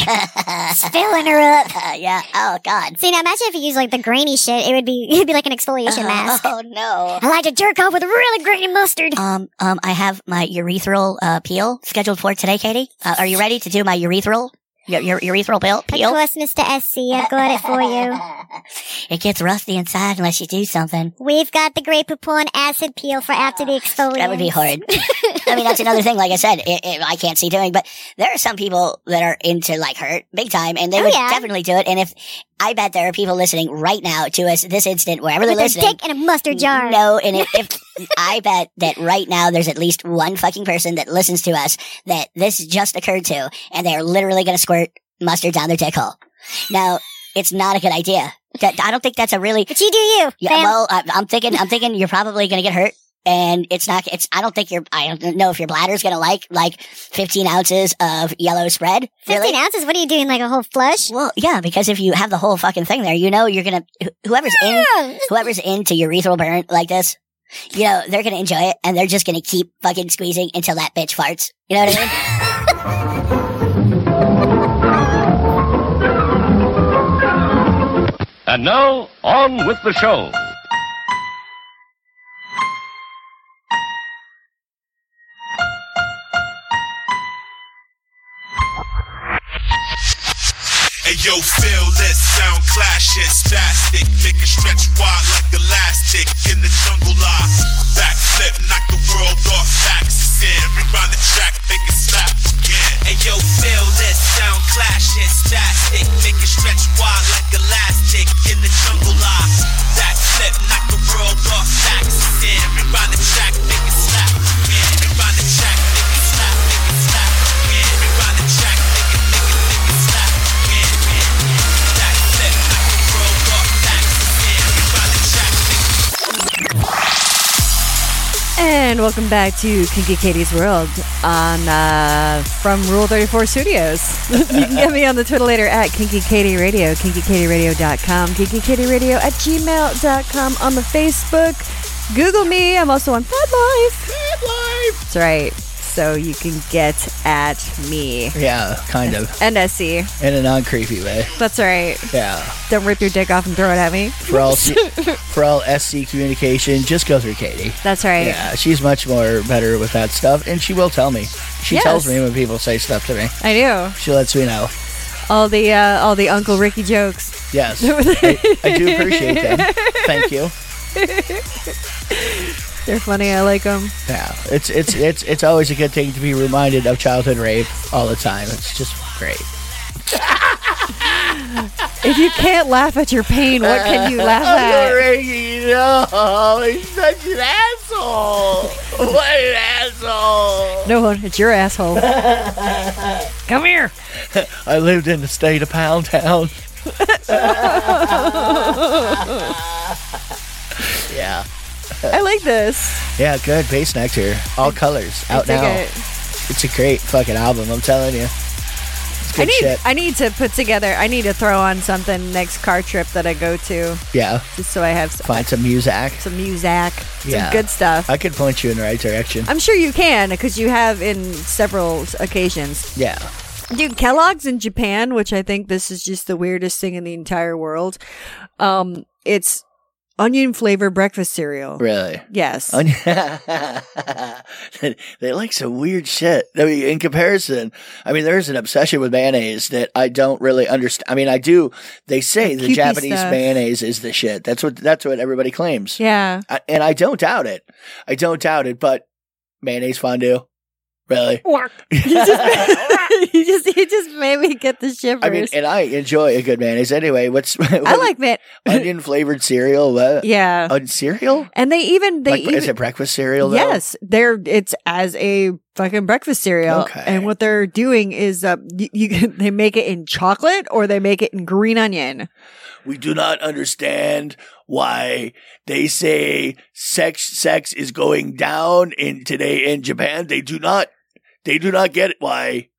S6: Filling her up. yeah. Oh God.
S7: see, now imagine if you use like the grainy shit. It would be *laughs* it'd be like an exfoliation mask.
S6: Oh no.
S7: I like to jerk off with really grainy mustard.
S6: Um, um, I have my urethral uh, peel scheduled for today, Katie. Uh, are you ready to do my urethral? Your, your urethral peel?
S7: Of
S6: peel?
S7: course, Mr. SC, I've got it for
S6: *laughs*
S7: you.
S6: It gets rusty inside unless you do something.
S7: We've got the grape upon acid peel for after the exfoliant.
S6: That would be horrid.
S7: *laughs*
S6: I mean, that's another thing. Like I said, it, it, I can't see doing, but there are some people that are into like hurt big time, and they
S7: Oh,
S6: would
S7: yeah.
S6: definitely do it. And if I bet there are people listening right now to us this instant, wherever they're
S7: With a
S6: listening,
S7: dick and a mustard jar.
S6: No, and
S7: *laughs*
S6: if, if I bet that right now there's at least one fucking person that listens to us that this just occurred to, and they are literally going to squirt mustard down their dick hole. Now, it's not a good idea. That, I don't think that's a really.
S7: But you do you.
S6: Yeah,
S7: fam.
S6: well, I, I'm thinking. I'm thinking you're probably going to get hurt. And it's not, it's, I don't think your, I don't know if your bladder's gonna like, like 15 ounces of yellow spread.
S7: 15
S6: Really?
S7: ounces? What are you doing? Like a whole flush?
S6: Well, yeah, because if you have the whole fucking thing there, you know you're gonna, wh- whoever's in,
S7: Oh,
S6: whoever's into urethral burn like this, you know, they're gonna enjoy it and they're just gonna keep fucking squeezing until that bitch farts. You know what I mean?
S5: And now, on with the show.
S8: Hey yo, feel this sound clashing, spastic, make it stretch wide like elastic in the jungle. I backflip, knock the world off axis in, rewind the track, make it slap again. Hey yo, feel this sound clashing, spastic, make it stretch wide like elastic in the jungle. I backflip, knock the world off axis in, rewind the track, make it slap again, rewind the track, make it slap, make it slap again, rewind the track, make it, make it, make it slap again.
S3: And welcome back to Kinky Katie's World on uh, from Rule 34 Studios. *laughs* you can get me on the Twitter later at Kinky Katie Radio, kinkykatieradio.com, kinkykatieradio at gmail.com, on the Facebook. Google me. I'm also on Fat Life. Fat Life. That's right. So you can get at me
S4: *laughs* Yeah, kind of.
S3: and SC.
S4: In a non creepy way.
S3: That's right.
S4: Yeah.
S3: Don't rip your dick off and throw it at me.
S4: For all for all SC communication, just go through Katie.
S3: That's right.
S4: Yeah, she's much more better with that stuff, and she will tell me. She
S3: Yes.
S4: tells me when people say stuff to me.
S3: I do.
S4: She lets me know.
S3: all the uh, all the Uncle Ricky
S4: *laughs*
S3: jokes.
S4: Yes. I, I do appreciate that. Thank you.
S3: They're funny. I like them.
S4: Yeah. It's it's it's it's always a good thing to be reminded of childhood rape all the time. It's just great.
S3: If you can't laugh at your pain, what can you laugh at?
S4: Ricky, no, he's such an asshole. What an asshole.
S3: No one. It's your asshole. Come here.
S4: I lived in the state of Pound Town. yeah.
S3: I like this.
S4: Yeah, good bass nectar. All colors out
S3: I dig
S4: now.
S3: it.
S4: It's a great fucking album, I'm telling you. It's good
S3: I need
S4: shit.
S3: I need to put together. I need to throw on something next car trip that I go to,
S4: yeah.
S3: just so I have some,
S4: Find some music.
S3: some music, some
S4: Yeah. Uh,
S3: good stuff.
S4: I could point you in the right direction.
S3: I'm sure you can because you have in several occasions.
S4: Yeah.
S3: Dude, Kellogg's in Japan, which I think this is just the weirdest thing in the entire world. Um, it's onion flavored breakfast cereal.
S4: Really. *laughs*
S3: Yes.
S4: Onion- they like some weird shit. I mean, in comparison, I mean, there's an obsession with mayonnaise that I don't really understand. I mean, I do. They say the
S3: Kewpie
S4: Japanese
S3: stuff.
S4: mayonnaise is the shit. That's what that's what everybody claims.
S3: yeah.
S4: I, and I don't doubt it. I don't doubt it. But mayonnaise fondue,
S3: *laughs*
S4: really?
S3: he just *laughs* he just he just made me get the
S4: *laughs*
S3: shivers.
S4: I mean, and I enjoy a good mayonnaise anyway. What's *laughs*
S3: I like that.
S4: onion flavored cereal? What?
S3: Yeah.
S4: On cereal?
S3: and they even they
S4: uh, like,
S3: even
S4: is it breakfast cereal? Though?
S3: Yes, they're it's as a fucking breakfast cereal,
S4: Okay.
S3: and what they're doing is uh, you, you can, *laughs* they make it in chocolate or they make it in green onion.
S4: We do not understand why they say sex sex is going down in today in Japan. They do not they do not get it why.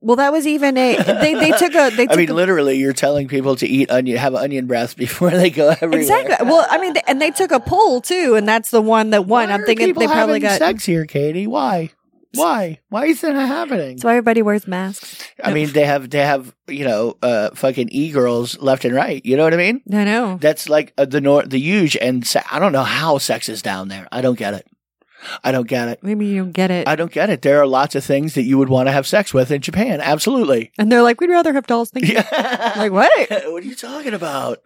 S3: Well, that was even a
S4: *laughs*
S3: they they took a they took
S4: I mean,
S3: a,
S4: literally, you're telling people to eat onion, have onion breath *laughs* before they go everywhere.
S3: exactly. Well, I mean, they, and they took a poll too, and that's the one that won.
S4: Why
S3: I'm
S4: are
S3: thinking
S4: people
S3: they probably
S4: having
S3: got.
S4: sex here, Katie. Why? Why? Why is that happening?
S3: That's why everybody wears masks.
S4: I mean, they have they have you know uh, fucking e girls left and right. You know what I mean?
S3: I know.
S4: That's like uh, the nor- the huge and se- I don't know how sex is down there. I don't get it. I don't get it.
S3: Maybe you don't get it.
S4: I don't get it. There are lots of things that you would want to have sex with in Japan. Absolutely.
S3: and they're like, we'd rather have dolls than
S4: *laughs* Yeah.
S3: I'm like what?
S4: what are you talking about?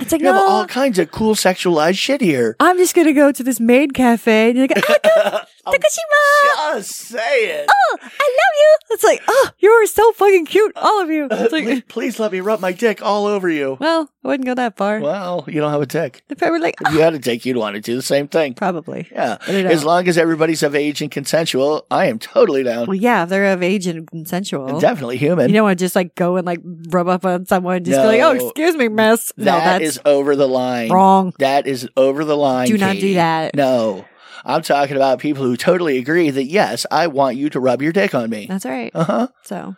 S3: It's like
S4: You have
S3: no.
S4: all kinds of cool sexualized shit
S3: *laughs*
S4: here.
S3: I'm just gonna go to this maid cafe and you're like, "Ah,
S4: *laughs* I'm
S3: Takashima!
S4: just saying.
S3: oh, I love you. It's like, oh, you are so fucking cute, all of you. It's
S4: Please, *laughs*
S3: like, *laughs*
S4: please let me rub my dick all over you.
S3: well, I wouldn't go that far.
S4: Well, you don't have a dick.
S3: If I were like, "Ah,
S4: If you had a dick, you'd want to do the same thing.
S3: probably.
S4: Yeah.
S3: I don't.
S4: As long as everybody's of age and consensual, I am totally down.
S3: Well, yeah, if they're of age and consensual.
S4: And definitely human.
S3: You don't want to just like go and like rub up on someone, just be like,
S4: No.
S3: oh, excuse me, miss. no,
S4: That
S3: that's
S4: is over the line. *laughs*
S3: wrong.
S4: That is over the line.
S3: Do not
S4: Katie.
S3: do that.
S4: No. I'm talking about people who totally agree that yes, I want you to rub your dick on me.
S3: That's all right.
S4: Uh huh. *laughs*
S3: So.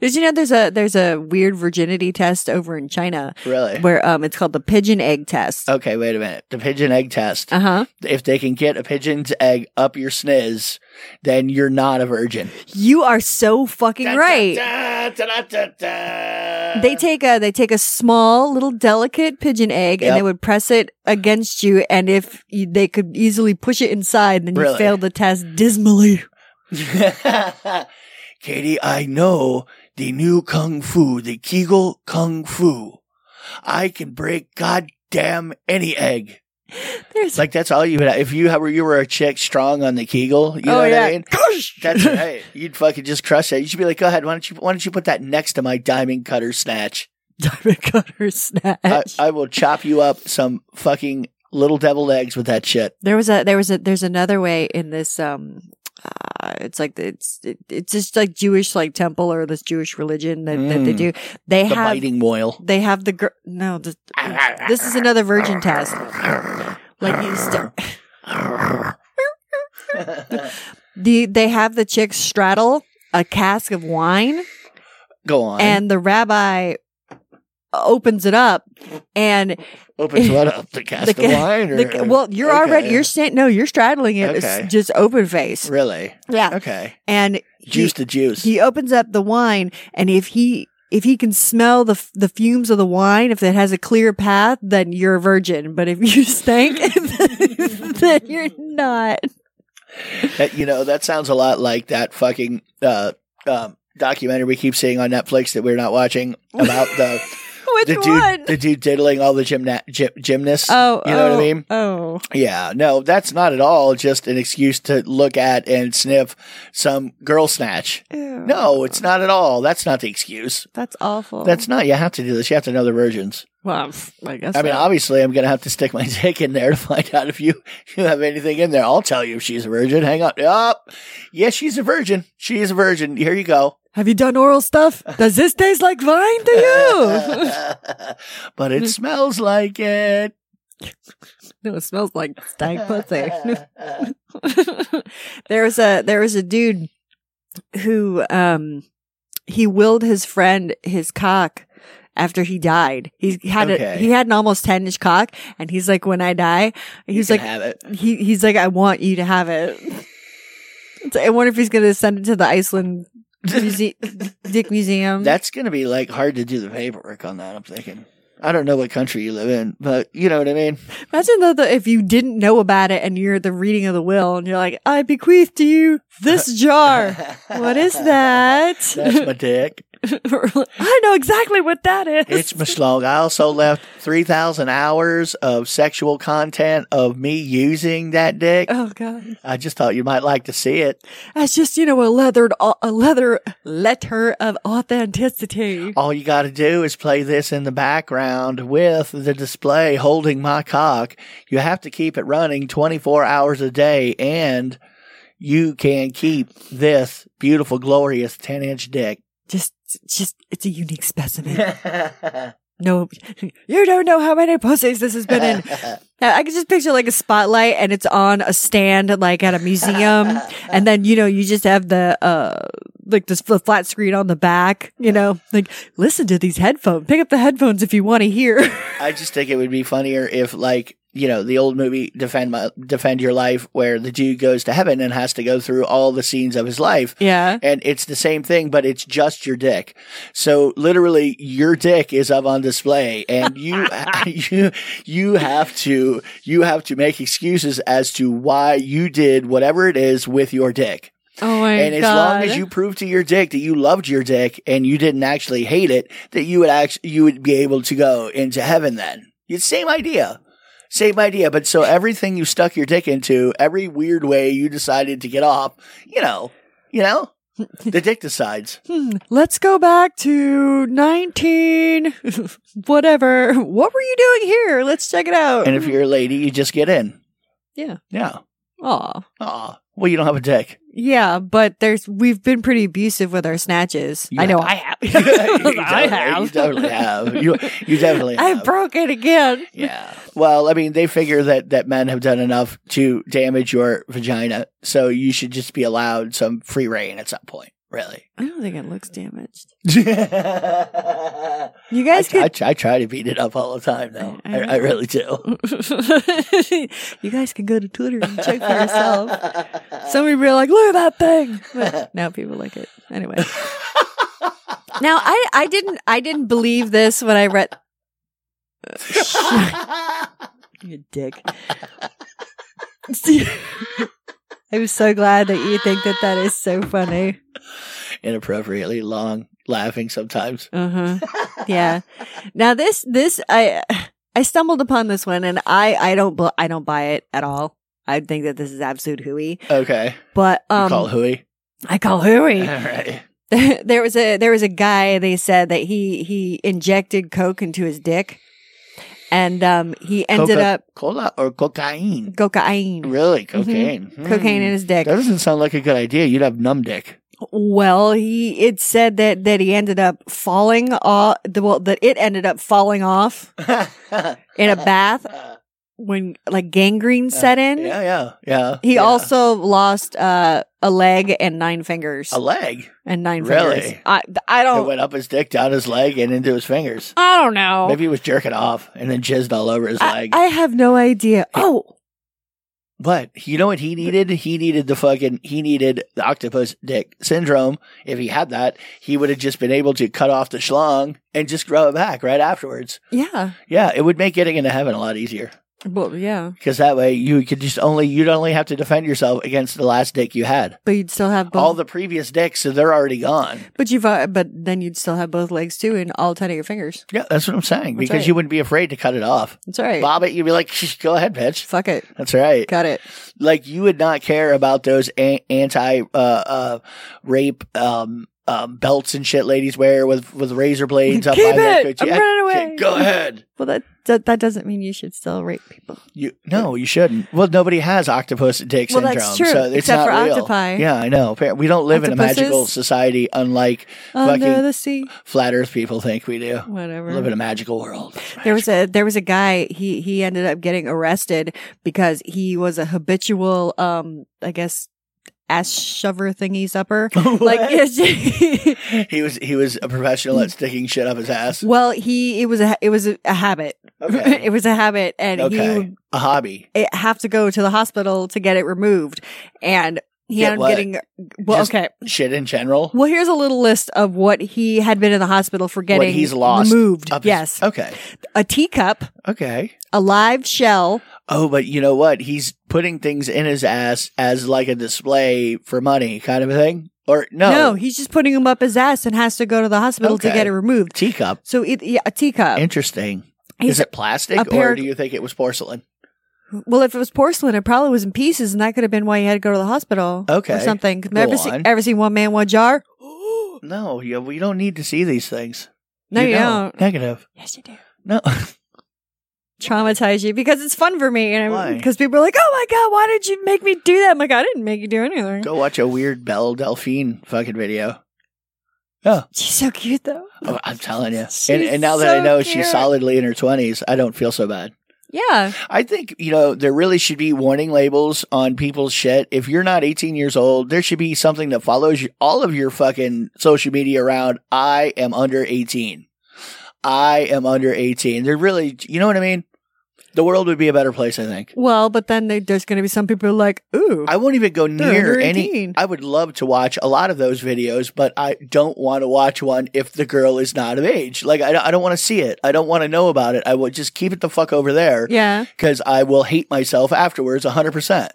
S3: Did you know there's a there's a weird virginity test over in China
S4: Really?
S3: where um it's called the pigeon egg test.
S4: Okay, wait a minute. The pigeon egg test.
S3: Uh huh.
S4: If they can get a pigeon's egg up your sniz, then you're not a virgin.
S3: You are so fucking right.
S4: Da, da, da, da, da.
S3: They take a they take a small little delicate pigeon egg
S4: Yep.
S3: and they would press it against you and if you, they could easily push it inside then you
S4: Really?
S3: failed the test dismally.
S4: *laughs* Katie, I know the new kung fu, the Kegel kung fu. I can break goddamn any egg.
S3: There's
S4: Like that's all you would. If you were you were a chick strong on the Kegel, you know
S3: oh
S4: what
S3: yeah.
S4: I mean. *laughs* That's right. You'd fucking just crush it. You should be like, go ahead. Why don't you Why don't you put that next to my diamond cutter snatch?
S3: *laughs* Diamond cutter snatch. *laughs*
S4: I, I will chop you up some fucking little devil eggs with that shit.
S3: there was a there was a there's another way in this um uh, it's like it's it, it's just like Jewish like temple or this Jewish religion that, that they
S4: Mm.
S3: do. They
S4: The
S3: have
S4: biting moil.
S3: they have the gr- no the, this is another virgin test. Like you st- *laughs* the they have the chick straddle a cask of wine
S4: Go on.
S3: and the rabbi opens it up and *laughs*
S4: opens what up? The cast
S3: The
S4: of
S3: ca-
S4: wine. Or,
S3: the, well you're
S4: Okay.
S3: already you're stand no you're straddling it It's
S4: Okay.
S3: just open face
S4: really
S3: yeah
S4: okay.
S3: and
S4: Juice to
S3: he,
S4: juice.
S3: he opens up the wine and if he if he can smell the f- the fumes of the wine if it has a clear path then you're a virgin but if you *laughs* stink then you're not
S4: That- you know that sounds a lot like that fucking uh, um, documentary we keep seeing on Netflix that we're not watching about the
S3: *laughs* Which
S4: the dude
S3: one?
S4: the dude diddling all the gymna- gy- gymnasts.
S3: oh,
S4: you know
S3: oh,
S4: what I mean?
S3: Oh,
S4: Yeah, no, that's not at all just an excuse to look at and sniff some girl snatch.
S3: Ew.
S4: No, it's not at all. That's not the excuse.
S3: That's awful.
S4: That's not. You have to do this. You have to know the virgins.
S3: well, pff, I guess.
S4: I mean,
S3: so.
S4: obviously, I'm going to have to stick my *laughs* dick in there to find out if you, you have anything in there. I'll tell you if she's a virgin. Hang on. Yup. Yes, she's a virgin. She is a virgin. Here you go.
S3: have you done oral stuff? Does this taste like vine to you?
S4: *laughs*
S3: *laughs*
S4: but it smells like it.
S3: no, it smells like stag pussy.
S4: *laughs*
S3: *laughs* there was a there was a dude who um he willed his friend his cock after he died. He had a,
S4: Okay.
S3: he had an almost ten inch cock, and he's like, when I die, he's
S4: You
S3: like,
S4: can have it.
S3: he he's like, I want you to have it. *laughs* So I wonder if he's gonna send it to the Iceland muse- *laughs* Dick Museum.
S4: That's going to be like hard to do the paperwork on that. I'm thinking. I don't know what country you live in, but you know what I mean.
S3: Imagine though, the, if you didn't know about it and you're at the reading of the will and you're like, I bequeath to you this
S4: *laughs*
S3: jar. what is that?
S4: That's my dick.
S3: *laughs* I know exactly what that is.
S4: It's my slog. I also left 3,000 hours of sexual content of me using that dick.
S3: oh god,
S4: I just thought you might like to see it.
S3: that's just you know a leathered a leather letter of authenticity.
S4: All you got to do is play this in the background with the display holding my cock. You have to keep it running 24 hours a day and you can keep this beautiful, glorious 10 inch dick.
S3: Just, just it's a unique specimen. *laughs* No, you don't know how many pussies this has been
S4: *laughs*
S3: in. Now, I can just picture like a spotlight and it's on a stand like at a
S4: *laughs*
S3: museum. and then, you know, you just have the, uh, like this fl- flat screen on the back, you know, like listen to these headphones, pick up the headphones if you want to hear. *laughs*
S4: I just think it would be funnier if, like, you know, the old movie "Defend My Defend Your Life," where the dude goes to heaven and has to go through all the scenes of his life,
S3: yeah.
S4: and it's the same thing, but it's just your dick. So literally, your dick is up on display, and you *laughs* you you have to you have to make excuses as to why you did whatever it is with your dick.
S3: Oh my
S4: And as long as you prove to your dick that you loved your dick and you didn't actually hate it, that you would actually you would be able to go into heaven then. It's same idea. Same idea, but so everything you stuck your dick into, every weird way you decided to get off, you know, you know, the dick
S3: *laughs*
S4: decides.
S3: Hmm, let's go back to 19, *laughs* whatever. What were you doing here? Let's check it out.
S4: And if you're a lady, you just get in.
S3: yeah.
S4: Yeah.
S3: Aw.
S4: Aw. Well, you don't have a dick.
S3: Yeah, but there's we've been pretty abusive with our snatches.
S4: You
S3: I know
S4: have. *laughs*
S3: I *laughs* have.
S4: You definitely-
S3: I have.
S4: You definitely have. You, you definitely
S3: *laughs* I
S4: have.
S3: broke it again.
S4: Yeah. *laughs* Well, I mean, they figure that that men have done enough to damage your vagina, so you should just be allowed some free reign at some point. Really.
S3: I don't think it looks damaged.
S4: I,
S3: You guys
S4: I,
S3: could
S4: I try to beat it up all the time, though. I, I really do.
S3: *laughs* you guys can go to Twitter and check for yourself. Some people are like, look at that thing. *laughs* But now people like it. *laughs* Anyway. now I, I didn't I didn't believe this when I *laughs* read You dick. *laughs* I'm so glad that you think that that is so funny.
S4: *laughs* Inappropriately long laughing sometimes.
S3: Uh huh. yeah. Now this this I I stumbled upon this one and I I don't bu- I don't buy it at all. I think that this is absolute hooey.
S4: Okay.
S3: But
S4: You
S3: um,
S4: call hooey.
S3: I call
S4: All
S3: hooey.
S4: right.
S3: *laughs* there was a there was a guy. They said that he he injected coke into his dick, and um he ended up
S4: Cola or cocaine.
S3: cocaine
S4: Really, cocaine. Hmm.
S3: cocaine in his dick.
S4: That doesn't sound like a good idea. You'd have numb dick. *laughs*
S3: Well, he it said that that he ended up falling off. The, well, that it ended up falling off in
S4: Uh,
S3: a bath when like gangrene set in.
S4: Yeah, yeah, yeah.
S3: He
S4: yeah.
S3: also lost uh, a leg and nine fingers
S4: a leg.
S3: and nine
S4: Really?
S3: fingers. I I
S4: It
S3: don't
S4: went up his dick, down his leg, and into his fingers.
S3: I don't know.
S4: Maybe he was jerking off and then jizzed all over his
S3: Oh. I,
S4: leg.
S3: I have no idea. Oh,
S4: but you know what he needed? He needed the fucking he needed the octopus dick syndrome. If he had that, he would have just been able to cut off the schlong and just grow it back right afterwards.
S3: yeah.
S4: Yeah, it would make getting into heaven a lot easier.
S3: Well, yeah,
S4: because that way you could just only you'd only have to defend yourself against the last dick you had.
S3: but you'd still have both.
S4: All the previous dicks, so they're already gone.
S3: but you've uh, but then you'd still have both legs too, and all ten of your fingers.
S4: Yeah, that's what I'm saying.
S3: That's
S4: because
S3: right.
S4: you wouldn't be afraid to cut it off.
S3: That's all right.
S4: Bob it, you'd be like, "Shh, go ahead, bitch.
S3: Fuck it.
S4: That's right. *laughs*
S3: Got it.
S4: Like you would not care about those a- anti uh, uh, rape um, um, belts and shit ladies wear with with razor blades up
S3: Keep
S4: by their
S3: it!
S4: coochie.
S3: I'm
S4: Yeah,
S3: running
S4: okay,
S3: away.
S4: Go ahead.
S3: Well, that, that that doesn't mean you should still rape people.
S4: You no, you shouldn't. Well, nobody has octopus dick
S3: Well,
S4: syndrome,
S3: that's true,
S4: so it's
S3: except
S4: not
S3: for
S4: real.
S3: octopi.
S4: Yeah, I know. Appar- We don't live in a magical
S3: Octopuses?
S4: society, unlike
S3: Under
S4: fucking
S3: the sea,
S4: flat Earth people think we do.
S3: whatever.
S4: We live in a magical world.
S3: There was a there was a guy he he ended up getting arrested because he was a habitual um I guess ass shover thingy supper
S4: *laughs*
S3: like *laughs*
S4: What?
S3: it's-
S4: he was he was a professional at sticking shit up his ass.
S3: well he it was a it was a, a habit
S4: Okay.
S3: *laughs* it was a habit and he
S4: Okay.
S3: would
S4: A hobby.
S3: eh, have to go to the hospital to get it removed and he
S4: Get
S3: ended
S4: what?
S3: up getting well
S4: Just
S3: okay
S4: Shit in general.
S3: well here's a little list of what he had been in the hospital for getting
S4: he's lost
S3: removed
S4: Up his-
S3: yes
S4: okay.
S3: a teacup
S4: Okay.
S3: a live shell
S4: Oh, but you know what? He's putting things in his ass as like a display for money kind of a thing. Or no,
S3: No, he's just putting him up his ass and has to go to the hospital to
S4: Okay.
S3: get it removed.
S4: teacup.
S3: So it, yeah, a teacup.
S4: Interesting.
S3: Uh, He's-
S4: Is it plastic
S3: a pair-
S4: or do you think it was porcelain?
S3: well, if it was porcelain, it probably was in pieces, and that could have been why he had to go to the hospital.
S4: Okay.
S3: or something. 'Cause
S4: Go
S3: ever,
S4: on.
S3: see, ever seen one man, one jar?
S4: No, you, we don't need to see these things.
S3: No, you, don't.
S4: Negative.
S3: Yes, you do.
S4: No. *laughs*
S3: Traumatize you because it's fun for me, and
S4: Why?
S3: because people are like, "Oh my god, why did you make me do that?" I'm like, I didn't make you do anything.
S4: Go watch a weird Belle Delphine fucking video. Yeah.
S3: She's so cute though.
S4: Oh, I'm telling
S3: *laughs*
S4: you.
S3: She's
S4: And, and now that I
S3: so
S4: know
S3: cute.
S4: she's solidly in her 20s, I don't feel so bad.
S3: Yeah,
S4: I think, you know, there really should be warning labels on people's shit. If you're not 18 years old, there should be something that follows you, all of your fucking social media around. I am under 18. I am under 18. They're really, you know what I mean? The world would be a better place, I think.
S3: well, but then they, there's going to be some people who are like, "Ooh,
S4: I won't even go
S3: They're
S4: near
S3: under
S4: any.
S3: 18.
S4: I would love to watch a lot of those videos, but I don't want to watch one if the girl is not of age. Like, I, don't- I don't want to see it. I don't want to know about it. I will just keep it the fuck over there
S3: yeah."
S4: because I will hate myself afterwards 100%.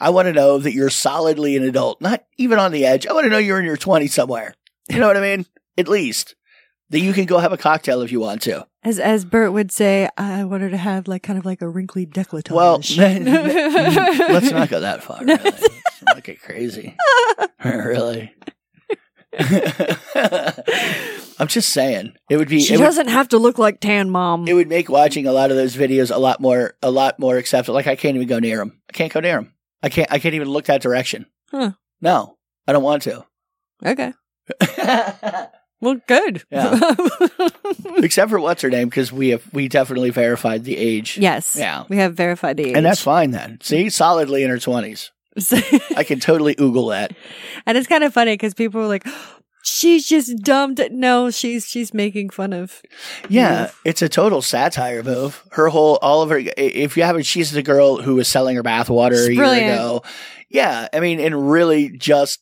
S4: I want to know that you're solidly an adult, not even on the edge. I want to know you're in your 20s somewhere. You know what I mean? At least that you can go have a cocktail if you want to.
S3: As as Bert would say, I wanted to have like kind of like a wrinkly decolletage.
S4: Well, *laughs*
S3: *laughs*
S4: let's not go that far. Really. Let's not get crazy. *laughs* really. *laughs* I'm just saying, it would be.
S3: She
S4: It would,
S3: doesn't have to look like tan mom.
S4: it would make watching a lot of those videos a lot more, a lot more acceptable. Like I can't even go near them. I can't go near them. I can't. I can't even look that direction.
S3: Huh.
S4: No, I don't want to. *laughs*
S3: okay. Well, good.
S4: Yeah. Except for what's her name, because we have we definitely verified the age.
S3: *laughs* yes.
S4: Yeah.
S3: We have verified the age.
S4: and that's fine then. See, solidly in her twenties.
S3: *laughs*
S4: I can totally oogle that.
S3: and it's kind of funny because people were like, *gasps* she's just dumbed. No, she's she's making fun of.
S4: Yeah,
S3: move.
S4: it's a total satire move. Her whole, all of her. i- If you haven't, she's the girl who was selling her bathwater a year
S3: Brilliant.
S4: ago. Yeah, I mean, and really just,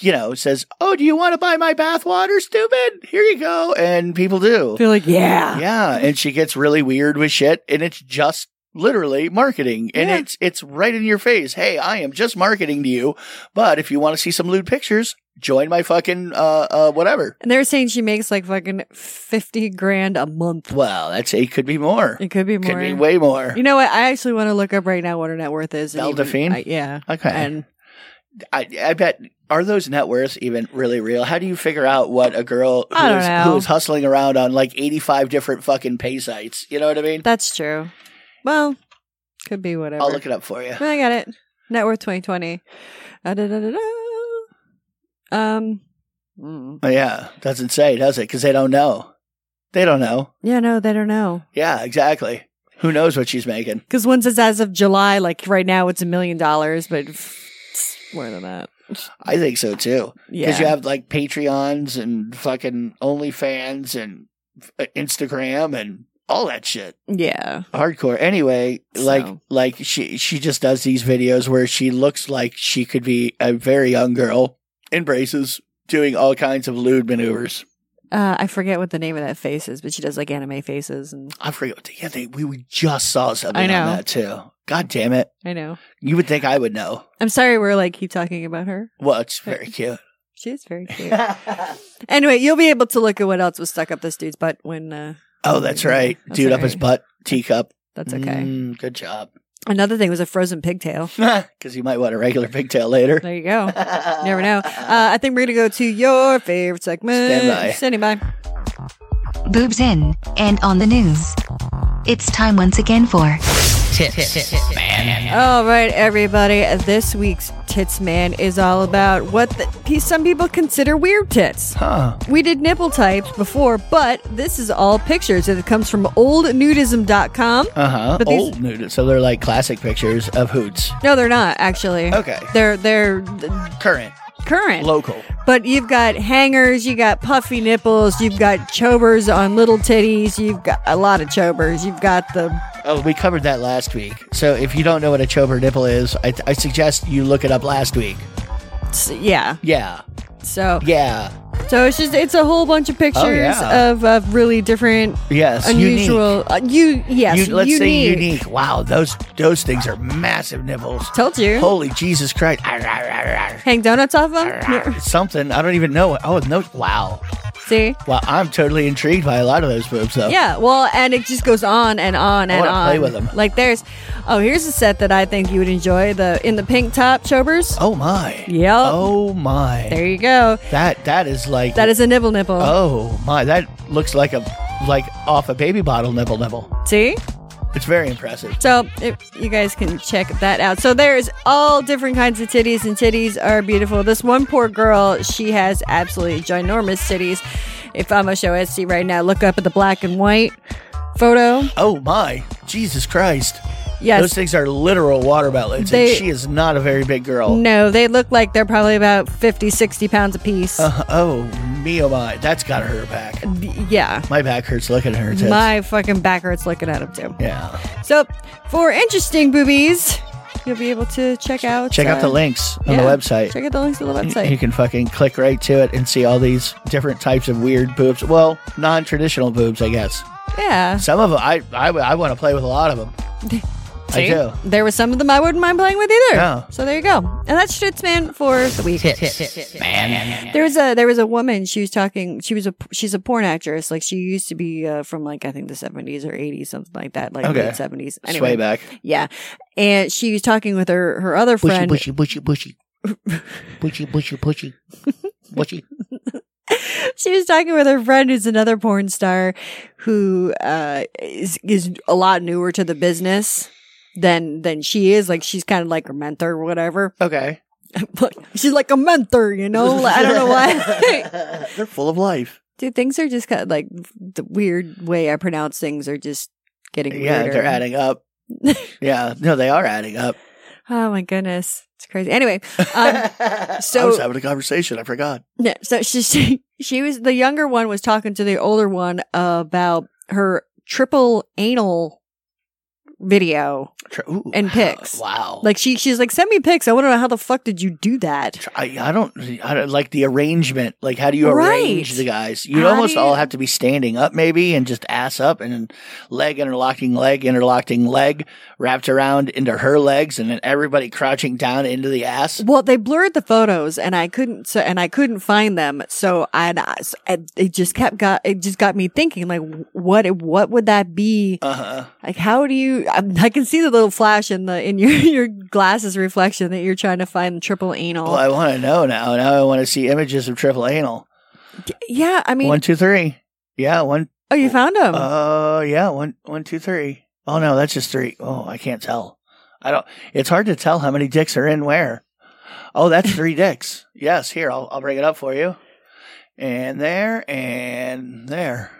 S4: you know, says, "Oh, do you want to buy my bathwater, stupid? Here you go," and people do.
S3: They're like, yeah.
S4: Yeah, and she gets really weird with shit, and it's just literally marketing, and
S3: Yeah.
S4: it's it's right in your face. Hey, I am just marketing to you, but if you want to see some lewd pictures, join my fucking uh uh whatever.
S3: And they're saying she makes like fucking 50 grand a month.
S4: Well, that's it. Could be more.
S3: It could be more.
S4: Could be way more.
S3: you know what? I actually want to look up right now what her net worth is. and
S4: Belle
S3: even-
S4: Delphine?
S3: I- yeah.
S4: Okay.
S3: And
S4: I, I bet are those net worths even really real? How do you figure out what a girl
S3: I don't
S4: who's,
S3: know.
S4: who's hustling around on like eighty five different fucking pay sites? You know what I mean?
S3: That's true. Well, could be whatever.
S4: I'll look it up for you.
S3: No, I got it. Net worth 2020. Uh, da, da, da, da. Um, mm.
S4: Oh, yeah, doesn't say, does it? Because they don't know. They don't know.
S3: yeah, no, they don't know.
S4: Yeah, exactly. Who knows what she's making?
S3: Because one says as of July, like right now it's a million dollars, but it's more than that.
S4: I think so too.
S3: Yeah.
S4: Because you have like Patreons and fucking OnlyFans and f- Instagram and all that shit.
S3: yeah.
S4: hardcore anyway like
S3: So.
S4: like she she just does these videos where she looks like she could be a very young girl in braces doing all kinds of lewd maneuvers
S3: Uh, I forget what the name of that face is, but she does like anime faces, and
S4: I forget. what the- Yeah, they, we, we just saw something
S3: I know.
S4: on that too. God damn it!
S3: I know.
S4: You would think I would know.
S3: I'm sorry, we're like keep talking about her.
S4: Well, it's very cute.
S3: She is
S4: *laughs*
S3: very cute. anyway, you'll be able to look at what else was stuck up this dude's butt when. Uh,
S4: Oh, that's
S3: Yeah,
S4: right.
S3: that's
S4: Dude
S3: all
S4: up his
S3: right.
S4: butt, teacup.
S3: that's okay.
S4: Mm, good job. *laughs*
S3: Another thing was a frozen pigtail.
S4: Because you might want a regular pigtail later.
S3: There you
S4: *laughs*
S3: go. Never know. Uh, I think we're gonna go to your favorite segment.
S4: Stand by.
S3: Standing by.
S2: Boobs in and on the news. It's time once again for
S3: All right, everybody. This week's Tits Man is all about what the, pe- some people consider weird tits.
S4: Huh.
S3: We did nipple types before, but this is all pictures. and It comes from oldnudism.com.
S4: Uh huh.
S3: But these-
S4: Old nude. So they're like classic pictures of hoots.
S3: No, they're not actually.
S4: Okay.
S3: They're they're th-
S4: Current,
S3: current.
S4: local.
S3: But you've got hangers, you got puffy nipples, you've got chobers on little titties, you've got a lot of chobers, you've got the
S4: Oh, we covered that last week. So if you don't know what a chover nipple is, I, I suggest you look it up last week.
S3: yeah.
S4: Yeah.
S3: So
S4: Yeah. Oh,
S3: so it's just it's a whole bunch of pictures
S4: yeah.
S3: of, of really different
S4: Yes.
S3: unusual uh, you yes,
S4: Unique. You, let's
S3: unique.
S4: say unique. Wow, those those things are massive nipples.
S3: Told you.
S4: Holy Jesus Christ! Arr, arr, arr, arr.
S3: Hang donuts off them?
S4: Arr. Something I don't even know. Oh no! Wow.
S3: *laughs* See?
S4: Wow, I'm totally intrigued by a lot of those boobs though.
S3: Yeah, well, and it just goes on and on and
S4: wanna
S3: on.
S4: play with 'em.
S3: Like there's, oh, here's a set that I think you would enjoy the in the pink top chobers.
S4: Oh my.
S3: Yep.
S4: Oh my.
S3: There you go.
S4: that that is like
S3: That is a nibble nipple.
S4: Oh my, that looks like a like off a baby bottle nibble nibble.
S3: See,
S4: It's very impressive.
S3: so if you guys can check that out. So there's all different kinds of titties, and titties are beautiful. This one poor girl, she has absolutely ginormous titties. If I'm gonna show Etsy right now, look up at the black and white photo.
S4: Oh my, Jesus Christ.
S3: Yes,
S4: Those things are literal water balloons,
S3: They-
S4: and she is not a very big girl.
S3: no, they look like they're probably about 50, 60 pounds apiece.
S4: Uh, oh me, oh my, that's got her back.
S3: yeah.
S4: My back hurts looking at her tits.
S3: My fucking back hurts looking at him too.
S4: yeah,
S3: So, for interesting boobies, you'll be able to check out.
S4: check out the
S3: uh,
S4: links on
S3: yeah,
S4: the website.
S3: Check out the links to the
S4: You- You
S3: website.
S4: can fucking click right to it and see all these different types of weird boobs. Well, non-traditional boobs, I guess.
S3: Yeah.
S4: Some of them, I I, I want to play with a lot
S3: *laughs*
S4: of them. I
S3: See?
S4: do.
S3: There were some of them I wouldn't mind playing with either.
S4: Yeah.
S3: So there you go. And that's Shits Man for the week. There was a there was a woman. She was talking. She was a she's a porn actress. Like she used to be uh, from like I think the seventies or eighties, something like that. Like
S4: Okay.
S3: late seventies.
S4: Sway
S3: Anyway,
S4: back.
S3: yeah. And she was talking with her her other friend.
S4: Bushy, bushy,
S3: *laughs*
S4: bushy, bushy, bushy, bushy,
S3: *laughs*
S4: bushy.
S3: she was talking with her friend who's another porn star who uh, is is a lot newer to the business than than she is. Like she's kind of like her mentor or whatever. *laughs*
S4: Okay.
S3: But she's like a mentor,
S4: *laughs*
S3: you know. Like, I don't know why. *laughs*
S4: They're full of life.
S3: Dude, things are just kind of like the weird way I pronounce things are just getting
S4: Yeah,
S3: weirder.
S4: they're adding
S3: *laughs*
S4: up. yeah, no, they are adding up.
S3: Oh my goodness, it's crazy. Anyway, um,
S4: *laughs*
S3: so
S4: I was having a conversation. I forgot.
S3: No, so she, *laughs* she she was the younger one was talking to the older one about her triple anal video.
S4: Tr- ooh.
S3: And pics.
S4: Wow.
S3: Like she she's like, send me pics. I want to know how the fuck did you do that?
S4: Tr- I, I don't, I don't like the arrangement. Like, how do you arrange
S3: Right.
S4: the guys? You
S3: How do
S4: almost all
S3: you-
S4: have to be standing up, maybe, and just ass up, and then leg interlocking leg, interlocking leg, wrapped around into her legs, and then everybody crouching down into the ass.
S3: Well, they blurred the photos, and I couldn't so and I couldn't find them. So I, and I- so- and it just kept got it just got me thinking like what what would that be
S4: Uh huh.
S3: like? How do you? I, I can see the little flash in the in *laughs* your your glasses reflection that you're trying to find triple anal.
S4: Well, I want to know now. Now I want to see images of triple anal.
S3: yeah, I mean,
S4: one, two, three. Yeah, one.
S3: oh, you found them.
S4: Uh, yeah, one, one, two, three. Oh no, that's just three. Oh, I can't tell. I don't. It's hard to tell how many dicks are in where. Oh,
S3: *laughs*
S4: that's three dicks. Yes, here I'll I'll bring it up for you. And there and there.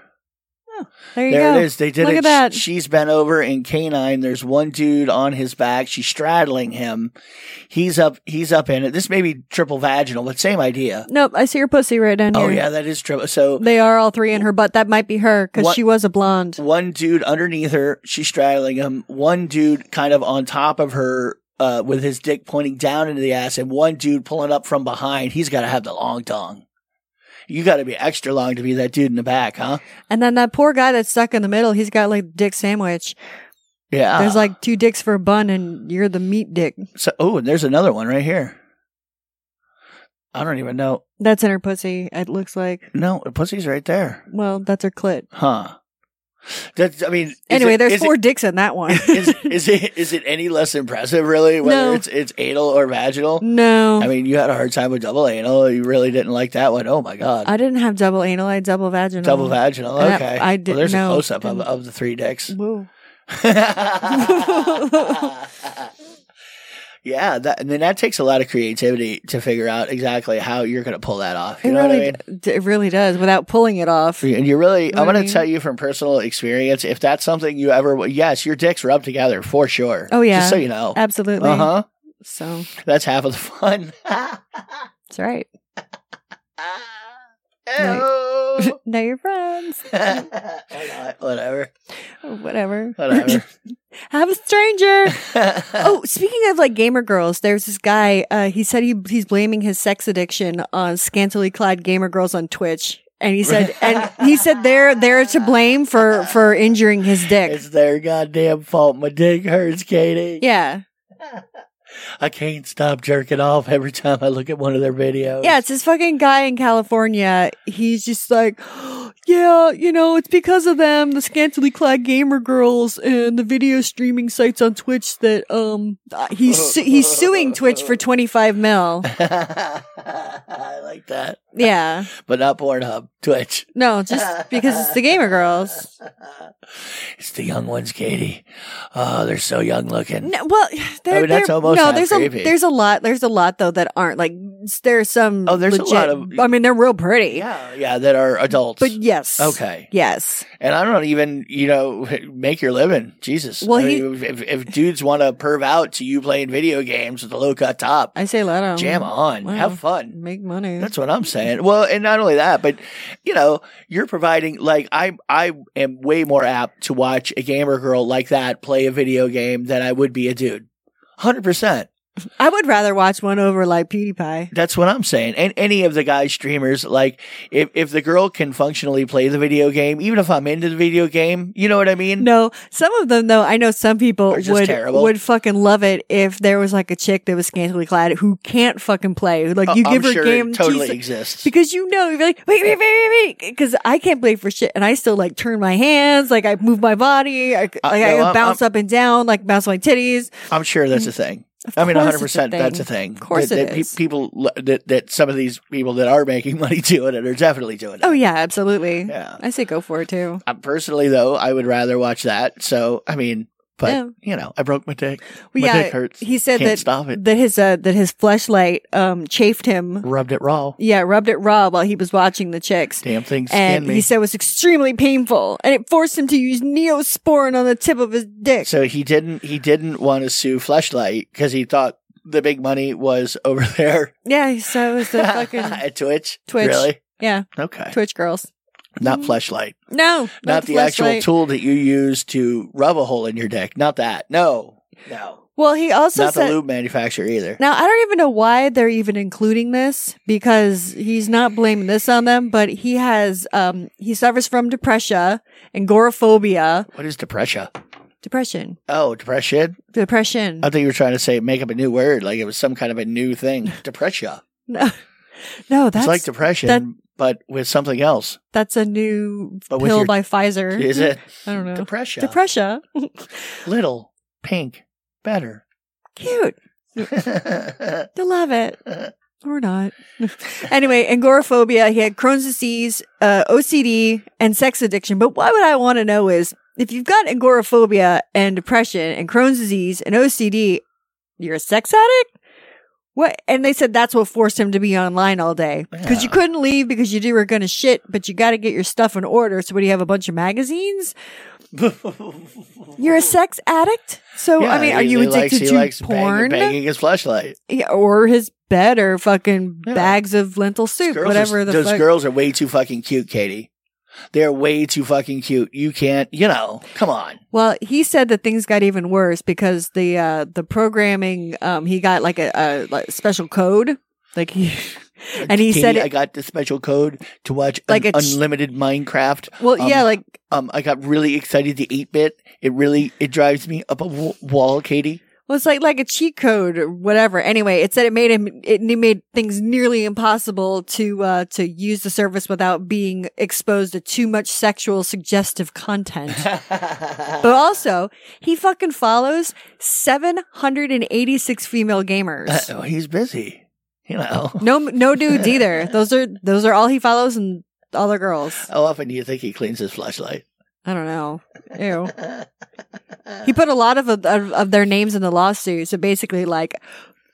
S3: there you
S4: there
S3: go.
S4: it is. They did
S3: Look
S4: it.
S3: at that.
S4: She's bent over in canine. There's one dude on his back. She's straddling him. He's up. He's up in it. This may be triple vaginal, but same idea.
S3: Nope, I see her pussy right down here.
S4: Oh yeah, that is triple. So
S3: They are all three in her butt. That might be her because
S4: What-
S3: she was a blonde.
S4: one dude underneath her, she's straddling him. One dude kind of on top of her uh, with his dick pointing down into the ass, and one dude pulling up from behind. He's got to have the long dong. You got to be extra long to be that dude in the back, huh?
S3: And then that poor guy that's stuck in the middle, he's got like dick sandwich.
S4: Yeah.
S3: There's like two dicks for a bun, and you're the meat dick.
S4: So, oh, and there's another one right here. I don't even know.
S3: That's in her pussy. It looks like.
S4: No, the pussy's right there.
S3: Well, that's her clit.
S4: Huh. That's, I mean, is
S3: Anyway,
S4: it-
S3: there's
S4: is
S3: four
S4: It,
S3: dicks in that one.
S4: *laughs* is, is it is it any less impressive, really? Whether
S3: No.
S4: it's it's anal or vaginal.
S3: *laughs* no,
S4: I mean, you had a hard time with double anal. You really didn't like that one. Oh my god,
S3: I didn't have double anal. I had double vaginal.
S4: double vaginal.
S3: That-
S4: Okay,
S3: I didn't
S4: Well, there's
S3: know.
S4: a close up of,
S3: Didn't-
S4: of the three
S3: *laughs*
S4: dicks. *laughs*
S3: Whoa.
S4: yeah, that, and then that takes a lot of creativity to figure out exactly how you're going to pull that off. You
S3: it
S4: know
S3: really,
S4: what I mean?
S3: d- it really does without pulling it off.
S4: And you really,
S3: know
S4: I'm
S3: what I
S4: going
S3: mean?
S4: to tell you from personal experience, if that's something you ever, yes, your dicks rub together for sure.
S3: Oh, yeah.
S4: Just so you know.
S3: Absolutely.
S4: Uh huh.
S3: So
S4: That's half of the fun. *laughs*
S3: it's all right. *laughs* *laughs*
S4: Ew. *laughs*
S3: now you're friends.
S4: Whatever.
S3: Whatever.
S4: Whatever.
S3: *laughs* Have a stranger.
S4: *laughs*
S3: oh, speaking of like gamer girls, there's this guy. Uh, he said he he's blaming his sex addiction on scantily clad gamer girls on Twitch, and he said and he said they're they're to blame for for injuring his dick.
S4: it's their goddamn fault. My dick hurts, Katie.
S3: yeah,
S4: I can't stop jerking off every time I look at one of their videos.
S3: yeah. It's this fucking guy in California. He's just like, *gasps* yeah, you know, it's because of them, the scantily clad gamer girls, and the video streaming sites on Twitch that um uh, he's su- he's suing Twitch for twenty five mil.
S4: *laughs* I like that.
S3: Yeah,
S4: But not Pornhub, Twitch.
S3: no, just because it's the gamer girls.
S4: It's the young ones, Katie. Oh, they're so young looking.
S3: No, well, *sighs* there,
S4: mean, that's
S3: there-
S4: almost
S3: no.
S4: not
S3: There's a
S4: creepy.
S3: there's a lot. There's a lot though that aren't like s- there's some.
S4: Oh, there's a
S3: legit-
S4: lot of-
S3: I mean, they're real pretty.
S4: Yeah, yeah, that are adults.
S3: But yes.
S4: Okay.
S3: Yes.
S4: And I don't even, you know, make your living. Jesus.
S3: Well,
S4: I
S3: he-
S4: mean, if, if dudes want to perv out to you playing video games with a low cut top,
S3: I say let them
S4: jam on,
S3: wow.
S4: have fun.
S3: Make money.
S4: That's what I'm saying. Well, and not only that, but you know, you're providing like I I am way more apt to watch a gamer girl like that play a video game than I would be a dude. Hundred percent.
S3: I would rather watch one over like PewDiePie.
S4: That's what I'm saying. And any of the guy streamers, like if if the girl can functionally play the video game, even if I'm into the video game, you know what I mean?
S3: No, some of them though. I know some people
S4: Are just
S3: would
S4: terrible.
S3: would fucking love it if there was like a chick that was scantily clad who can't fucking play. Like
S4: Oh,
S3: you
S4: I'm
S3: give her
S4: sure
S3: game,
S4: it
S3: she's
S4: totally
S3: like-
S4: exists.
S3: because you know you're like wait wait wait wait wait because I can't play for shit and I still like turn my hands like I move my body I, like,
S4: Uh, no,
S3: I
S4: I'm-
S3: bounce up and down like bounce my titties
S4: I'm sure that's a thing. I mean,
S3: Mm, course
S4: 100.
S3: it's a
S4: percent
S3: thing.
S4: That's a thing.
S3: Of course
S4: that,
S3: it
S4: that pe-
S3: is.
S4: people lo- that, that some of these people that are making *laughs* money doing it are definitely doing it.
S3: oh yeah absolutely
S4: Yeah.
S3: I say go for it too
S4: Um, personally, though, I would rather watch that. So, I mean, but
S3: Yeah.
S4: you know, I broke my dick.
S3: Well,
S4: my
S3: yeah
S4: dick hurts.
S3: he said
S4: Can't
S3: that
S4: stop it.
S3: that his uh, that his fleshlight um chafed him
S4: Rubbed it raw.
S3: yeah rubbed it raw while he was watching the chicks
S4: Damn thing skinned
S3: and
S4: me.
S3: he said it was extremely painful and it forced him to use neosporin on the tip of his dick
S4: so he didn't. He didn't want to sue Fleshlight because he thought the big money was *laughs* over there
S3: yeah so it
S4: *laughs*
S3: was the fucking
S4: at Twitch.
S3: Twitch.
S4: Really? *laughs*
S3: yeah
S4: Okay.
S3: Twitch girls
S4: Not Fleshlight.
S3: no not,
S4: Not the actual
S3: fleshlight.
S4: tool that you use to rub a hole in your dick. Not that. No. No.
S3: Well, he also
S4: Not
S3: said.
S4: the lube manufacturer either.
S3: now, I don't even know why they're even including this because he's not blaming this on them, but he has, um, he suffers from depression, agoraphobia,
S4: What is depression?
S3: depression,
S4: Oh, depression.
S3: depression.
S4: I thought you were trying to say make up a new word, like it was some kind of a new
S3: *laughs*
S4: thing. Depression.
S3: no, no,
S4: It's
S3: that's
S4: like depression,
S3: that-
S4: but with something else.
S3: that's a new
S4: But with
S3: pill
S4: your-
S3: by
S4: *laughs*
S3: Pfizer.
S4: Is it
S3: I don't know.
S4: depression?
S3: Depression.
S4: Little, pink, better.
S3: Cute.
S4: *laughs* yeah,
S3: They love it.
S4: *laughs*
S3: Or not. anyway, agoraphobia. He had Crohn's disease, uh, OCD, and sex addiction. But what would I want to know is if you've got agoraphobia and depression and Crohn's disease and OCD, you're a sex addict? What? And they said that's what forced him to be online all day because you
S4: Yeah.
S3: couldn't leave because you knew you were going to shit, but you got to get your stuff in order. So, what do you have? A bunch of magazines? You're a sex addict? So, Oh, I mean, are
S4: he-
S3: you
S4: he
S3: addicted
S4: likes,
S3: to
S4: he likes bang-
S3: porn?
S4: banging his flashlight.
S3: Yeah, or his bed or fucking
S4: Yeah.
S3: bags of lentil soup, whatever the
S4: those
S3: fuck.
S4: girls are way too fucking cute, Katie. They're way too fucking cute. You can't, you know. Come on.
S3: well, he said that things got even worse because the uh, the programming um, he got like *laughs* a, a like special code, like he And he
S4: Katie,
S3: said, it-
S4: I got the special code to watch
S3: Like
S4: like
S3: a ch-
S4: unlimited Minecraft.
S3: "Well,
S4: Um,
S3: yeah, like
S4: um, I got really excited. The eight bit, it really it drives me up a w- wall, *laughs* Katie.
S3: Well, it's like like a cheat code or whatever. Anyway, it said it made him it made things nearly impossible to uh, to use the service without being exposed to too much sexual suggestive content.
S4: Uh,
S3: but also, he fucking follows seven hundred and eighty six female gamers.
S4: Uh, he's busy, you know.
S3: No, no dudes either. Those are those are all he follows and all the girls.
S4: *laughs* How often do you think he cleans his flashlight?
S3: I don't know. Ew. He put a lot of, of of their names in the lawsuit. So basically, like,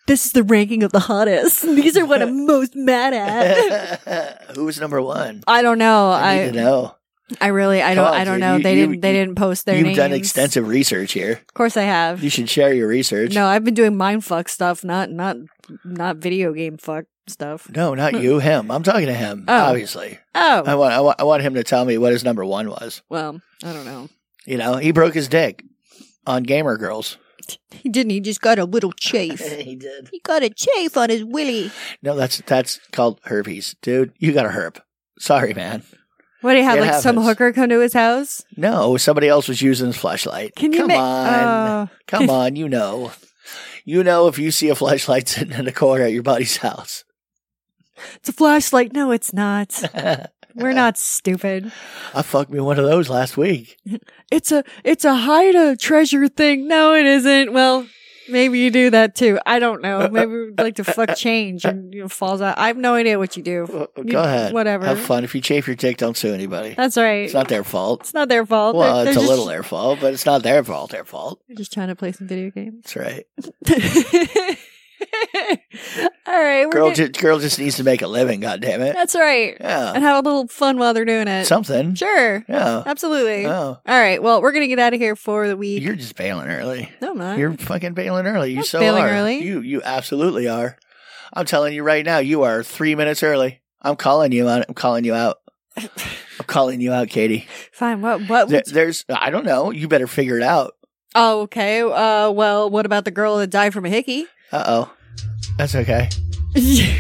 S3: this is the ranking of the hottest. *laughs* These are what I'm most mad
S4: *laughs*
S3: at.
S4: Who's number one?
S3: I don't know.
S4: I, need to
S3: Uh, I
S4: know.
S3: I really I
S4: Come
S3: don't
S4: on,
S3: I don't
S4: dude.
S3: know.
S4: You-
S3: They
S4: you-
S3: didn't they
S4: you-
S3: didn't post their
S4: You've
S3: names.
S4: done extensive research here.
S3: Of course, I have.
S4: You should share your research.
S3: No, I've been doing mind fuck stuff, not not not video game fuck stuff.
S4: No, not you. Him. I'm talking to him.
S3: Oh.
S4: Obviously, I
S3: Oh
S4: want, I want. I want him to tell me what his number one was.
S3: well, I don't know.
S4: You know, he broke his dick on gamer girls.
S3: He didn't. He just got a little chafe.
S4: *laughs* he did.
S3: He got a chafe on his willy.
S4: No, that's that's called herpes, dude. You got a herp. Sorry, man.
S3: What do you have?
S4: It
S3: like some
S4: happens.
S3: hooker come to his house?
S4: No, somebody else was using his flashlight.
S3: Can you
S4: Come
S3: ma-
S4: on,
S3: Oh. *laughs*
S4: come on. You know, you know if you see a flashlight *laughs* sitting in a corner at your buddy's house.
S3: It's a flashlight. No,
S4: *laughs*
S3: it's not.
S4: I
S3: We're not stupid.
S4: fucked me one of those last week.
S3: It's a it's a hide a treasure thing. No, it isn't. Well, maybe you do that too. I don't
S4: Uh,
S3: know. Maybe we'd like to fuck change and you know, falls out. I have no idea what you do.
S4: Go
S3: You-
S4: ahead.
S3: Whatever.
S4: Have fun. If you chafe your dick, don't sue anybody.
S3: That's right.
S4: It's not their fault.
S3: their fault. They're-
S4: Well,
S3: they're
S4: it's a
S3: just-
S4: little their fault, but it's not their fault. Their fault.
S3: They're just trying to play some video *laughs* games.
S4: That's right.
S3: All right, we're
S4: Girl,
S3: getting-
S4: just, girl just needs to make a living. God damn it.
S3: that's right, and
S4: Yeah.
S3: have a little fun while they're doing it.
S4: Something.
S3: Sure,
S4: Yeah.
S3: absolutely.
S4: Oh,
S3: All right, well, we're gonna get out of here for the week.
S4: you're just bailing early.
S3: no, I'm not.
S4: You're fucking bailing early. You
S3: not
S4: so
S3: bailing
S4: are.
S3: early.
S4: You you absolutely are. I'm telling you right now, you are three minutes early. I'm calling you out. I'm calling you out. I'm calling you out, Katie.
S3: Fine. What? What?
S4: There,
S3: Would you-
S4: there's, I don't know. You better figure it out.
S3: oh, okay. Uh, well, what about the girl that died from a hickey?
S4: Uh oh. That's okay.
S3: See.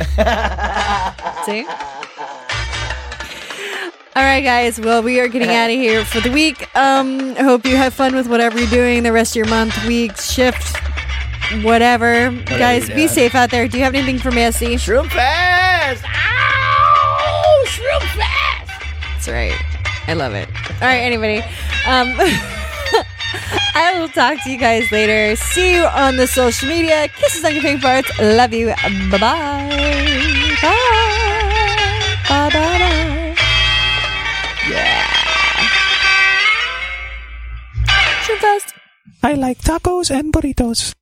S3: All right, guys. Well, we are getting out of here for the week. Um, I hope you have fun with whatever you're doing the rest of your month, week, shift, whatever. guys,
S4: you're
S3: be
S4: doing.
S3: safe out there. Do you have anything for Massey?
S4: Shrimp fast. Ow! Shrimp fast.
S3: That's right. I love it. All right, anybody. Um, *laughs* I will talk to you guys later. See you on the social media. Kisses on your pink parts. Love you. Bye-bye. Bye. Bye-bye. Yeah. Shrimp fest.
S9: I like tacos and burritos.